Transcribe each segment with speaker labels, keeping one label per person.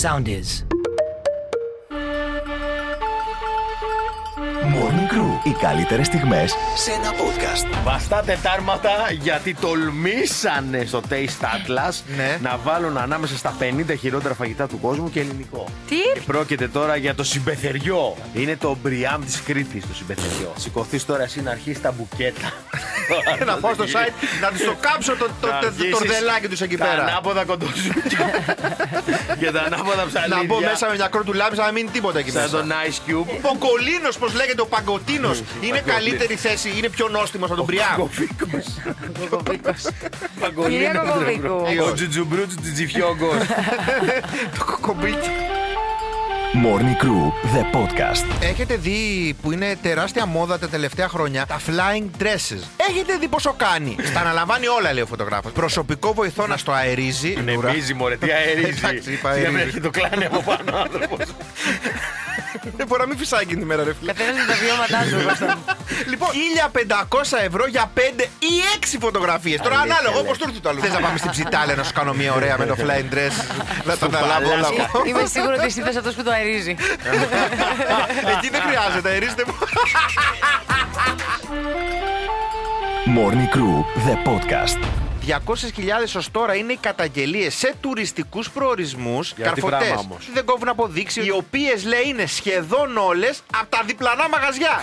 Speaker 1: Sound is.
Speaker 2: Morning Crew. Οι καλύτερες στιγμές σε ένα podcast.
Speaker 3: Βαστάτε τάρματα γιατί τολμήσανε στο Taste Atlas
Speaker 4: Ναι.
Speaker 3: να βάλουν ανάμεσα στα 50 χειρότερα φαγητά του κόσμου και ελληνικό.
Speaker 5: Τι?
Speaker 3: Και πρόκειται τώρα για το συμπεθεριό. Είναι το μπριάμ της Κρήτης το συμπεθεριό. Σηκωθείς τώρα εσύ να αρχίσεις τα μπουκέτα.
Speaker 4: Να πάω στο site να του το κάψω το, το,
Speaker 3: Να
Speaker 4: το, το
Speaker 3: αργήσεις
Speaker 4: τορδελάκι τους εκεί
Speaker 3: Τα
Speaker 4: πέρα.
Speaker 3: ανάποδα κοντοσούκια και τα ανάποδα ψαλίδια.
Speaker 4: Να μπω μέσα με μια κρότου λάμψη να μην είναι τίποτα εκεί
Speaker 3: σαν
Speaker 4: μέσα.
Speaker 3: τον Ναι, Ice Cube.
Speaker 4: Ποκολίνο, πώς λέγεται, ο Παγκοτίνος. Είναι καλύτερη θέση, είναι πιο νόστιμος από τον Πριάμ.
Speaker 3: Κοφίκος.
Speaker 5: Ηλία Κοκοβίκου.
Speaker 3: Ο Τζουτζουμπρούτζου Τζιτζιφιόγκος.
Speaker 4: Το κοκομπίτι.
Speaker 2: Morning Crew, the podcast.
Speaker 4: Έχετε δει που είναι τεράστια μόδα τα τελευταία χρόνια τα flying dresses. Έχετε δει πόσο κάνει. Τα αναλαμβάνει όλα, λέει ο φωτογράφος. Προσωπικό βοηθό να στο αερίζει. Νουρά.
Speaker 3: Νεμίζει μωρέ, τι αερίζει.
Speaker 4: Εντάξει, είπα
Speaker 3: Δεν
Speaker 4: αερίζει.
Speaker 3: έχει το κλάνι από πάνω ο άνθρωπος.
Speaker 4: Δεν μπορώ να μην φυσάει εκείνη τη μέρα, ρε φίλε.
Speaker 5: Παίρνουν τα βιώματά σου. Κώστα.
Speaker 4: Λοιπόν, 1500 ευρώ για 5 ή 6 φωτογραφίες. Τώρα ανάλογο, όπω του έρθει το άλλο. Θες να πάμε στην ψιτάλε να σου κάνω μια ωραία με το flying dress. Να τα αναλάβω όλα
Speaker 3: παλάτι.
Speaker 4: εγώ.
Speaker 5: Είμαι σίγουρη ότι εσύ αυτό που το αερίζει.
Speaker 4: Εκεί δεν χρειάζεται, αερίζεται μόνο.
Speaker 2: Morning Crew, the podcast.
Speaker 4: 200.000 ως τώρα είναι οι καταγγελίες σε τουριστικούς προορισμούς,
Speaker 3: τι
Speaker 4: καρφωτέ.
Speaker 3: πράγμα όμως.
Speaker 4: Δεν κόβουν αποδείξεις, οι οποίες λέει είναι σχεδόν όλες από τα διπλανά μαγαζιά.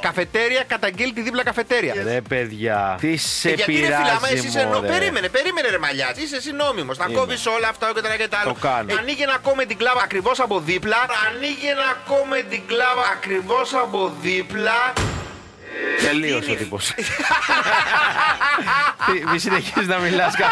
Speaker 4: Καφετέρια, καταγγέλει τη δίπλα καφετέρια.
Speaker 3: Ρε παιδιά, τι σε
Speaker 4: Ε, γιατί ρε
Speaker 3: πειράζει
Speaker 4: φίλα, άμα εσύ είσαι νο...
Speaker 3: μωρέ.
Speaker 4: Περίμενε, περίμενε ρε μαλλιάς. Είσαι εσύ νόμιμο. Θα
Speaker 3: Είμαι.
Speaker 4: κόβεις όλα αυτά και τα και τα άλλο.
Speaker 3: Το κάνω.
Speaker 4: Ε, Ανοίγει ένα κόμμα την κλάβα ακριβώς από δίπλα. Ανοίγει ένα κόμμα την κλάβα ακριβώς από δίπλα.
Speaker 3: Τελείωσε ο τύπος. Τι- Μη συνεχίζεις να μιλάς καν.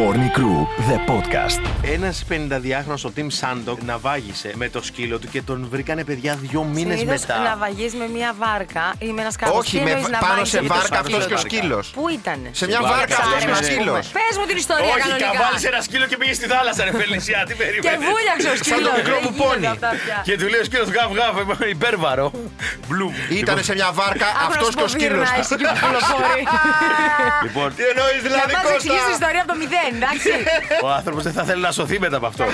Speaker 2: Morning Crew, the podcast.
Speaker 3: Ένα 52χρονο ο Τιμ Σάντοκ ναυάγησε με το σκύλο του και τον βρήκανε παιδιά δύο μήνες
Speaker 5: Συνήθως
Speaker 3: μετά.
Speaker 5: ναυαγείς με μια βάρκα ή με ένας σκάφο.
Speaker 4: Όχι, με, πάνω σε βάρκα
Speaker 3: σκύλο
Speaker 4: αυτός και ο
Speaker 3: του.
Speaker 4: σκύλος.
Speaker 5: Πού ήταν.
Speaker 4: Σε μια
Speaker 3: βάρκα,
Speaker 4: βάρκα
Speaker 3: λέμε,
Speaker 4: αυτός και
Speaker 3: ας
Speaker 4: ο
Speaker 3: πούμε.
Speaker 4: σκύλο.
Speaker 5: Πες μου την ιστορία
Speaker 3: Όχι,
Speaker 5: κανονικά.
Speaker 3: καβάλισε ένα σκύλο και πήγες στη θάλασσα, ρε Φελισιά, τι
Speaker 5: Και
Speaker 3: περίμενε.
Speaker 5: βούλιαξε ο σκύλος.
Speaker 4: Σαν το μικρό
Speaker 5: Δεν
Speaker 4: κουπόνι.
Speaker 5: γίνονται αυτά πια.
Speaker 3: Και του λέει ο σκύλος γαβ γαβ, υπέρβαρο. Μπλουμ.
Speaker 4: Ήτανε σε μια βάρκα
Speaker 5: Άκου να
Speaker 4: αυτό
Speaker 5: σου
Speaker 4: και ο
Speaker 5: πω,
Speaker 4: σκύλο.
Speaker 5: Βίρνα, εσύ και που κολοφόρη.
Speaker 3: Λοιπόν,
Speaker 4: Τι εννοείς δηλαδή,
Speaker 5: Να μας εξηγήσεις την
Speaker 4: Κώστα.
Speaker 5: ιστορία από το μηδέν, εντάξει.
Speaker 3: ο άνθρωπος δεν θα θέλει να σωθεί μετά από αυτό.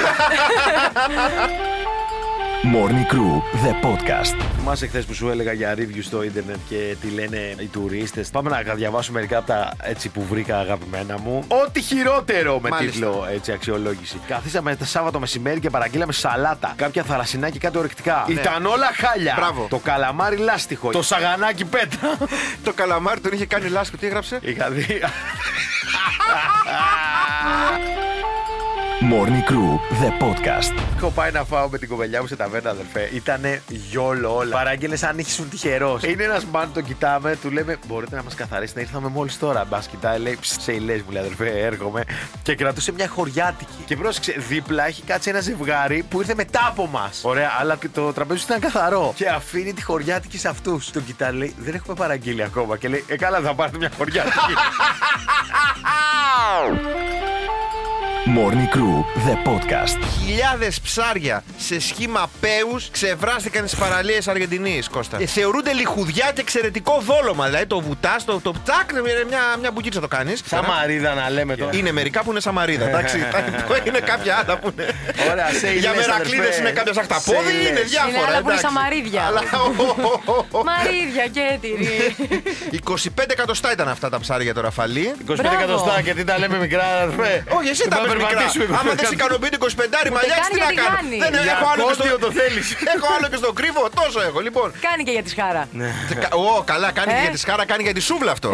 Speaker 2: Morning Crew, the podcast.
Speaker 3: Θυμάσαι χθες που σου έλεγα για review στο ίντερνετ και τι λένε οι τουρίστες. Πάμε να διαβάσουμε μερικά από τα έτσι που βρήκα αγαπημένα μου. Ό,τι χειρότερο με
Speaker 4: Μάλιστα.
Speaker 3: τίτλο έτσι, αξιολόγηση. Καθίσαμε τα Σάββατο μεσημέρι και παραγγείλαμε σαλάτα. Κάποια θαλασσινά και κάτι ορεκτικά. Ήταν όλα χάλια.
Speaker 4: Μπράβο.
Speaker 3: Το καλαμάρι λάστιχο. Ναι. Το σαγανάκι πέτρα.
Speaker 4: Το καλαμάρι τον είχε κάνει λάσκο. Τι έγραψε.
Speaker 3: Είχα δει.
Speaker 2: Morning Crew, the podcast.
Speaker 3: Έχω πάει να φάω με την κοπελιά μου σε ταβέρνα, αδερφέ. Ήτανε γιόλο όλα. Παράγγελε αν ήσουν τυχερός. Είναι ένας μπαν, το κοιτάμε, του λέμε: Μπορείτε να μας καθαρίσετε, ήρθαμε μόλις τώρα. Μπας κοιτάει, λέει: «Ψ, Σε ηλές, μου λέει αδερφέ, έρχομαι. Και κρατούσε μια χωριάτικη. Και πρόσεξε, δίπλα έχει κάτσει ένα ζευγάρι που ήρθε μετά από μας. Ωραία, αλλά και το τραπέζι ήταν καθαρό. Και αφήνει τη χωριάτικη σε αυτούς. Τον κοιτάει, λέει: Δεν έχουμε παραγγείλει ακόμα. Και λέει: Ε, καλά, θα πάρετε μια χωριάτικη.
Speaker 2: Morning Crew, the podcast.
Speaker 4: Χιλιάδες ψάρια σε σχήμα παίου ξεβράστηκαν στις παραλίες Αργεντινής, Κώστα. Ε, θεωρούνται λιχουδιά και εξαιρετικό δόλωμα. Δηλαδή το βουτάς, το, το τσάκ, ε, μια, μια μπουκίτσα το κάνεις.
Speaker 3: Σαν μαρίδα να λέμε τώρα.
Speaker 4: Είναι μερικά που είναι σαμαρίδα. Εντάξει, είναι κάποια άλλα που είναι.
Speaker 3: Ωραία, σε
Speaker 4: Για
Speaker 3: ηλές,
Speaker 4: μερακλείδε
Speaker 3: αδερφέ.
Speaker 4: είναι κάποια
Speaker 3: Σε
Speaker 4: αχταπόδι,
Speaker 3: ηλές.
Speaker 4: είναι διάφορα.
Speaker 5: Είναι άλλα που είναι
Speaker 4: εντάξει.
Speaker 5: σαμαρίδια.
Speaker 4: Αλλά, ο, ο, ο, ο.
Speaker 5: Μαρίδια και τυρί.
Speaker 4: Ναι. 25 εκατοστά ήταν αυτά τα ψάρια το ραφαλί.
Speaker 3: 25
Speaker 5: Μπράβο.
Speaker 3: εκατοστά και τι τα λέμε μικρά, αδερφέ.
Speaker 4: Όχι, εσύ τα λες μικρά. Άμα δεν σε ικανοποιεί το 25 μαλλιά,
Speaker 5: καν
Speaker 4: τι
Speaker 5: για
Speaker 4: να
Speaker 5: τη
Speaker 4: κάνω.
Speaker 5: γάνη.
Speaker 4: Δεν
Speaker 3: Για
Speaker 4: έχω άλλο και στο.
Speaker 3: πόντιο το θέλεις.
Speaker 4: Έχω άλλο και στον κρύβο, τόσο έχω. Λοιπόν,
Speaker 5: Κάνει και για τη χάρα.
Speaker 4: Ναι. κα- ω, καλά, κάνει και
Speaker 5: Ε. Ναι.
Speaker 4: για τη σκάρα, κάνει για τη σούβλα αυτό.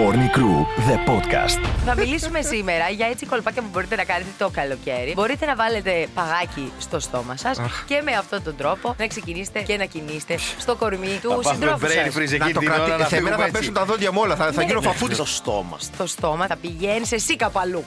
Speaker 2: Morning Crew, the podcast.
Speaker 5: Θα μιλήσουμε σήμερα για έτσι κολπάκια που μπορείτε να κάνετε το καλοκαίρι. Μπορείτε να βάλετε παγάκι στο στόμα σας και με αυτόν τον τρόπο να ξεκινήσετε και να κινήσετε στο κορμί του συντρόφου σας.
Speaker 4: Να το κρατήσει. Σε μένα θα πέσουν τα δόντια μου όλα, θα, θα
Speaker 5: Ναι.
Speaker 4: γίνω φαφούτη.
Speaker 3: στο στόμα. στα-
Speaker 5: Το στόμα θα πηγαίνει εσύ κάπου αλλού.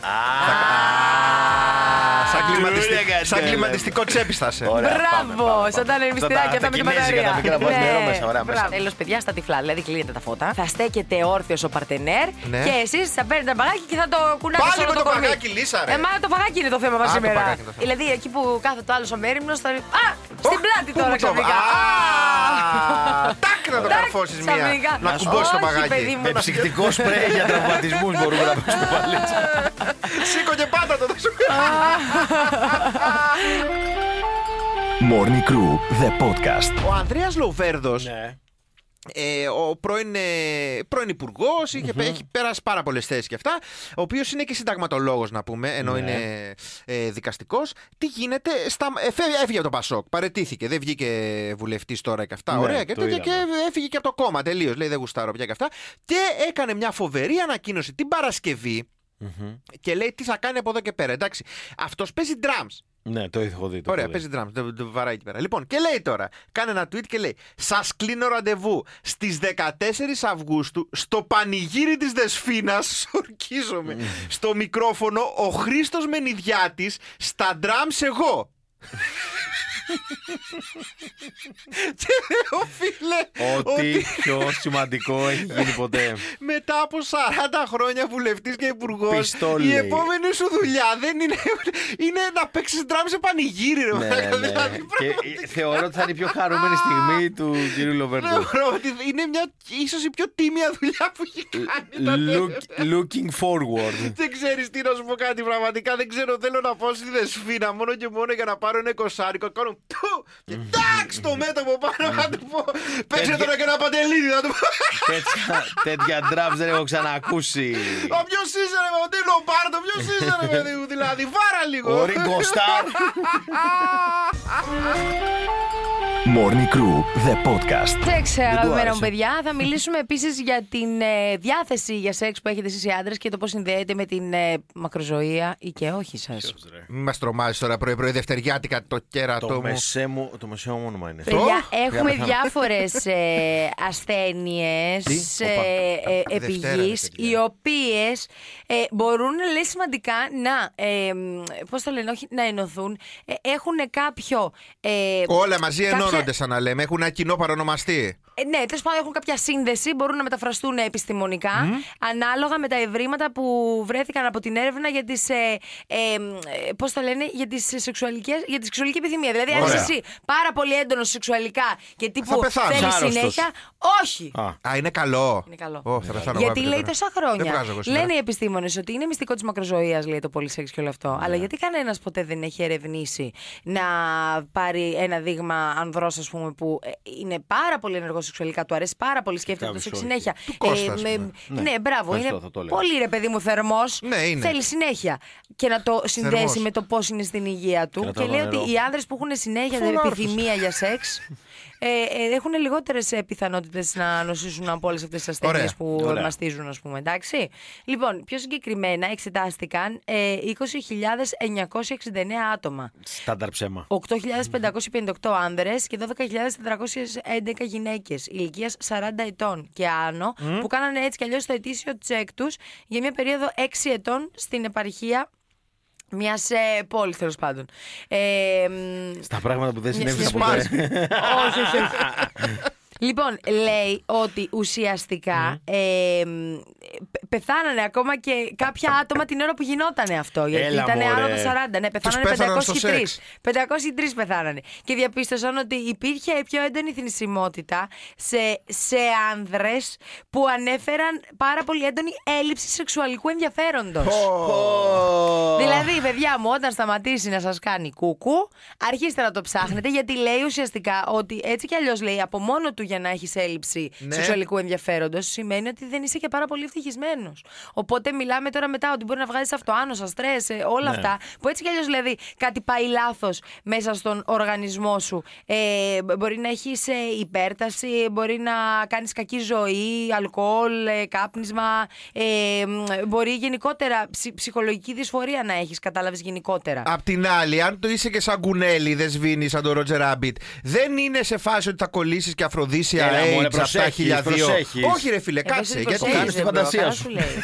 Speaker 4: Σαν κλιματιστικ-
Speaker 3: Ωραία, κατέλαβα.
Speaker 4: Σαν κλιματιστικό τσέπη θα σε.
Speaker 3: Ωραία, πάμε,
Speaker 5: Μπράβο!
Speaker 3: πάμε,
Speaker 5: Σαν τα
Speaker 3: πάμε.
Speaker 5: ανεμιστηράκια, τα με Ναι, την
Speaker 3: κινέζικα, τα μικρά, βάζει νερό μέσα, ωραία, μέσα.
Speaker 5: Τέλος, παιδιά, στα τυφλά. Δηλαδή, κλείνετε τα φώτα. Θα στέκεται όρθιος ο παρτενέρ
Speaker 4: Ναι.
Speaker 5: και εσείς θα παίρνετε ένα παγάκι και θα το κουνάτε
Speaker 4: Πάλι
Speaker 5: σε όλο
Speaker 4: με το
Speaker 5: κορμί.
Speaker 4: παγάκι, λύσα, ρε.
Speaker 5: Ε, μα το παγάκι είναι το θέμα μας
Speaker 4: Α, το
Speaker 5: σήμερα.
Speaker 4: παγάκι είναι το θέμα.
Speaker 5: Δηλαδή, εκεί που κάθεται ο άλλος ο μέρημνο θα. Α! Στην
Speaker 4: Ω,
Speaker 5: πλάτη
Speaker 4: πού
Speaker 5: τώρα
Speaker 4: μου το βα-
Speaker 5: ξαφνικά.
Speaker 4: Α,
Speaker 5: Α!
Speaker 4: Τάκ! τάκ να το
Speaker 5: Τάκ,
Speaker 4: καρφώσεις μία.
Speaker 5: ξαφνικά.
Speaker 4: Να
Speaker 5: Να σου
Speaker 4: κουμπώσεις το
Speaker 5: πω. Όχι, παιδί
Speaker 4: παγάκι.
Speaker 5: μου.
Speaker 3: Με ψυκτικό Ε, σπρέι για τραυματισμούς μπορούμε να παίξουμε παλίτσα.
Speaker 4: Σήκω και πάντα το δώσω.
Speaker 2: Morning Crew, the podcast.
Speaker 4: Ο Ανδρέας Λοβέρδος,
Speaker 3: Ναι.
Speaker 4: ε, ο πρώην, ε, πρώην υπουργός, έχει πέρασει πάρα πολλές θέσεις και αυτά. Ο οποίος είναι και συνταγματολόγος, να πούμε, ενώ
Speaker 3: Ναι.
Speaker 4: είναι ε, δικαστικός. Τι γίνεται, στα, ε, φεύγει- έφυγε από το Πασόκ. Παρετήθηκε, δεν βγήκε βουλευτής τώρα και αυτά.
Speaker 3: Ναι,
Speaker 4: ωραία και
Speaker 3: το
Speaker 4: τέτοια. Και
Speaker 3: είδαμε.
Speaker 4: έφυγε και από το κόμμα τελείως. Λέει δεν γουστάρω πια και αυτά. Και έκανε μια φοβερή ανακοίνωση την Παρασκευή. Και λέει τι θα κάνει από εδώ και πέρα. Εντάξει, αυτός παίζει drums.
Speaker 3: Ναι, το έχω δει. το
Speaker 4: Ωραία,
Speaker 3: έχω δει.
Speaker 4: παίζει drums. Το, το βαράει εκεί πέρα. Λοιπόν, και λέει τώρα, κάνει ένα tweet και λέει: Σας κλείνω ραντεβού στις 14 Αυγούστου στο πανηγύρι της Δεσφίνας. Ορκίζομαι. στο μικρόφωνο ο Χρήστος Μενιδιάτης, στα drums εγώ. και λέω, φίλε,
Speaker 3: Ό,τι πιο σημαντικό έχει γίνει ποτέ.
Speaker 4: μετά από 40 χρόνια βουλευτή και υπουργός.
Speaker 3: Πιστό
Speaker 4: Η
Speaker 3: λέει.
Speaker 4: επόμενη σου δουλειά δεν είναι. είναι να παίξεις ντράμ σε πανηγύρι, ρε
Speaker 3: Ναι,
Speaker 4: μαλάκα.
Speaker 3: ναι.
Speaker 4: Δηλαδή,
Speaker 3: Και
Speaker 4: πραγματικά.
Speaker 3: ε, θεωρώ ότι θα είναι η πιο χαρούμενη στιγμή του κυρίου Λοβέρντο.
Speaker 4: Θεωρώ ότι είναι μια, ίσως η πιο τίμια δουλειά που έχει κάνει. τα
Speaker 3: Look-
Speaker 4: τελευταία.
Speaker 3: Looking forward.
Speaker 4: Δεν ξέρεις τι να σου πω κάτι πραγματικά. Δεν ξέρω, θέλω να πάω στη δεσφίνα μόνο και μόνο για να πάρω ένα κοσάρικο. Κάνω του και τάκ στο μέτωπο πάνω να του πω. Παίξε
Speaker 3: Τέτοια-
Speaker 4: τώρα και ένα παντελίδι να του πω.
Speaker 3: τέτοια, τέτοια drums δεν έχω ξανακούσει.
Speaker 4: Ο ποιος είσαι, ρε παιδί μου, πάρτο, ποιος είσαι, ρε παιδί μου, δηλαδή, βάρα λίγο.
Speaker 3: Ο Ringo Starr.
Speaker 2: Morning Crew, the podcast.
Speaker 5: Σεξ, αγαπημένα μου
Speaker 3: άρεσε.
Speaker 5: παιδιά. Θα μιλήσουμε επίσης για την ε, διάθεση για σεξ που έχετε εσείς οι άντρες και το πώς συνδέεται με την ε, μακροζωία ή και όχι σας.
Speaker 4: Μην μας τρομάζεις τώρα πρωί-πρωί Δευτεριάτικα το
Speaker 3: Το
Speaker 4: κέρατο μου.
Speaker 3: μεσαίο μου, το μεσαίο μου όνομα είναι.
Speaker 5: Παιδιά,
Speaker 4: Το?
Speaker 5: έχουμε
Speaker 3: Για να
Speaker 5: διάφορες ε, ασθένειες
Speaker 3: Τι?
Speaker 5: ε,
Speaker 4: Δευτέρα είναι,
Speaker 5: επιγεί,
Speaker 4: παιδιά.
Speaker 5: οι οποίες μπορούν λέει, σημαντικά να. Ε, Πώς το λένε, όχι να ενωθούν. έχουν κάποιο. ε,
Speaker 4: Όλα μαζί
Speaker 5: κάποια-
Speaker 4: ενώνονται, σαν να λέμε. Έχουν ένα κοινό παρονομαστή.
Speaker 5: Ε, ναι, τέλος πάντων έχουν κάποια σύνδεση, μπορούν να μεταφραστούν επιστημονικά, ανάλογα με τα ευρήματα που βρέθηκαν από την έρευνα για τις, Ε, ε, ε, πώς το λένε, για, τις σεξουαλικές, για τη σεξουαλική επιθυμία. Δηλαδή, αν
Speaker 4: Ωραία.
Speaker 5: είσαι εσύ πάρα πολύ έντονος σεξουαλικά και τύπου
Speaker 4: πεθάνεις.
Speaker 5: θέλεις
Speaker 3: Άρρωστος.
Speaker 5: συνέχεια. Όχι!
Speaker 3: Α.
Speaker 4: Α, είναι καλό.
Speaker 5: Είναι καλό.
Speaker 4: Ω, θα πεθάνω εγώ
Speaker 5: γιατί
Speaker 4: αύριο
Speaker 5: λέει
Speaker 4: τώρα.
Speaker 5: τόσα
Speaker 4: Δεν
Speaker 5: χρόνια.
Speaker 4: βγάζω εγώ σήμερα.
Speaker 5: Λένε οι επιστήμονες ότι είναι μυστικό της μακροζωίας, λέει το πολυσεξ και όλο αυτό.
Speaker 4: Ναι.
Speaker 5: Αλλά γιατί κανένας ποτέ δεν έχει ερευνήσει να πάρει ένα δείγμα ανδρό, ας πούμε, που ε, είναι πάρα πολύ ενεργός σεξουαλικά, του αρέσει πάρα πολύ, σκέφτεται το
Speaker 3: Κάποιος
Speaker 5: σεξ
Speaker 3: όχι.
Speaker 5: συνέχεια.
Speaker 4: Του Κώστα, ας πούμε.
Speaker 5: ναι. μπράβο.
Speaker 3: Ευχαριστώ,
Speaker 5: είναι
Speaker 3: θα το έλεγα.
Speaker 5: πολύ ρε παιδί μου θερμός.
Speaker 4: Ναι, είναι.
Speaker 5: Θέλει συνέχεια. Και να το συνδέσει
Speaker 4: Θερμός.
Speaker 5: με το πώς είναι στην υγεία του.
Speaker 3: Και να
Speaker 5: Και,
Speaker 3: τραβά
Speaker 5: λέει ότι
Speaker 3: νερό.
Speaker 5: οι άνδρες που έχουν συνέχεια
Speaker 4: Φουλάρθος.
Speaker 5: επιθυμία για σεξ. Ε, ε, έχουν λιγότερες πιθανότητες να νοσήσουν από όλες αυτές τις ασθένειες
Speaker 4: Ωραία.
Speaker 5: που
Speaker 3: Ωραία.
Speaker 5: μαστίζουν, ας πούμε. Εντάξει. Λοιπόν, πιο συγκεκριμένα εξετάστηκαν ε, 20.969 άτομα.
Speaker 3: Στάνταρ ψέμα.
Speaker 5: 8.558 άνδρες και 12.411 γυναίκες ηλικίας 40 ετών και άνω που κάνανε έτσι κι αλλιώς το ετήσιο τσεκ τους για μια περίοδο 6 ετών στην επαρχία μιας ε, πόλης τέλος πάντων. Ε, μ,
Speaker 3: Στα πράγματα Ναι, που δεν
Speaker 5: Μια
Speaker 3: συνέβησαν
Speaker 5: σχέση.
Speaker 3: ποτέ.
Speaker 5: Ναι, όχι, όχι, όχι. Λοιπόν, λέει ότι ουσιαστικά
Speaker 3: Ναι.
Speaker 5: ε, μ, πε- πεθάνανε ακόμα και κάποια άτομα την ώρα που γινότανε αυτό. Γιατί
Speaker 3: Έλα,
Speaker 5: ήταν
Speaker 3: μωρέ.
Speaker 5: άνω των 40. Ναι, πεθάνανε
Speaker 4: πέθαναν στο
Speaker 5: 503.
Speaker 4: σεξ.
Speaker 5: 503 πεθάνανε. Και διαπίστωσαν ότι υπήρχε πιο έντονη θνησιμότητα σε, σε άνδρες που ανέφεραν πάρα πολύ έντονη έλλειψη σεξουαλικού ενδιαφέροντος. Δηλαδή, παιδιά μου, όταν σταματήσει να σας κάνει κούκου, αρχίστε να το ψάχνετε γιατί λέει ουσιαστικά ότι έτσι κι αλλιώς λέει από μόνο του για να έχεις έλλειψη
Speaker 4: Ναι.
Speaker 5: σεξουαλικού ενδιαφέροντος σημαίνει ότι δεν είσαι και πάρα πολύ ευτυχισμένος. Οπότε μιλάμε τώρα μετά ότι μπορεί να βγάζεις αυτοάνοσα, στρες, ε, όλα αυτά. Που έτσι κι αλλιώς δηλαδή κάτι πάει λάθος μέσα στον οργανισμό σου. Ε, μπο- μπορεί να έχεις υπέρταση, μπορεί να κάνεις κακή ζωή, αλκοόλ, ε, κάπνισμα. Ε, μ, μπορεί γενικότερα ψη- ψυχολογική δυσφορία να έχεις, κατάλαβες γενικότερα.
Speaker 4: Απ' την άλλη, αν το είσαι και σαν κουνέλι, δεν σβήνεις σαν τον Ρότζερ Ράμπιτ, δεν είναι σε φάση ότι θα κολλήσεις και αφροδίσια
Speaker 3: Έλα, μωρέ,
Speaker 4: AIDS από τα
Speaker 3: προσέχεις,
Speaker 4: χιλιαδίο.
Speaker 3: προσέχεις.
Speaker 4: Όχι, ρε
Speaker 5: Ε,
Speaker 4: φίλε, κάτσε.
Speaker 5: Εμείς
Speaker 4: Γιατί
Speaker 5: προσέχεις,
Speaker 3: ε, κάνεις τη
Speaker 5: ε, μπρο,
Speaker 3: φαντασία
Speaker 5: καλά
Speaker 3: σου.
Speaker 5: λέει.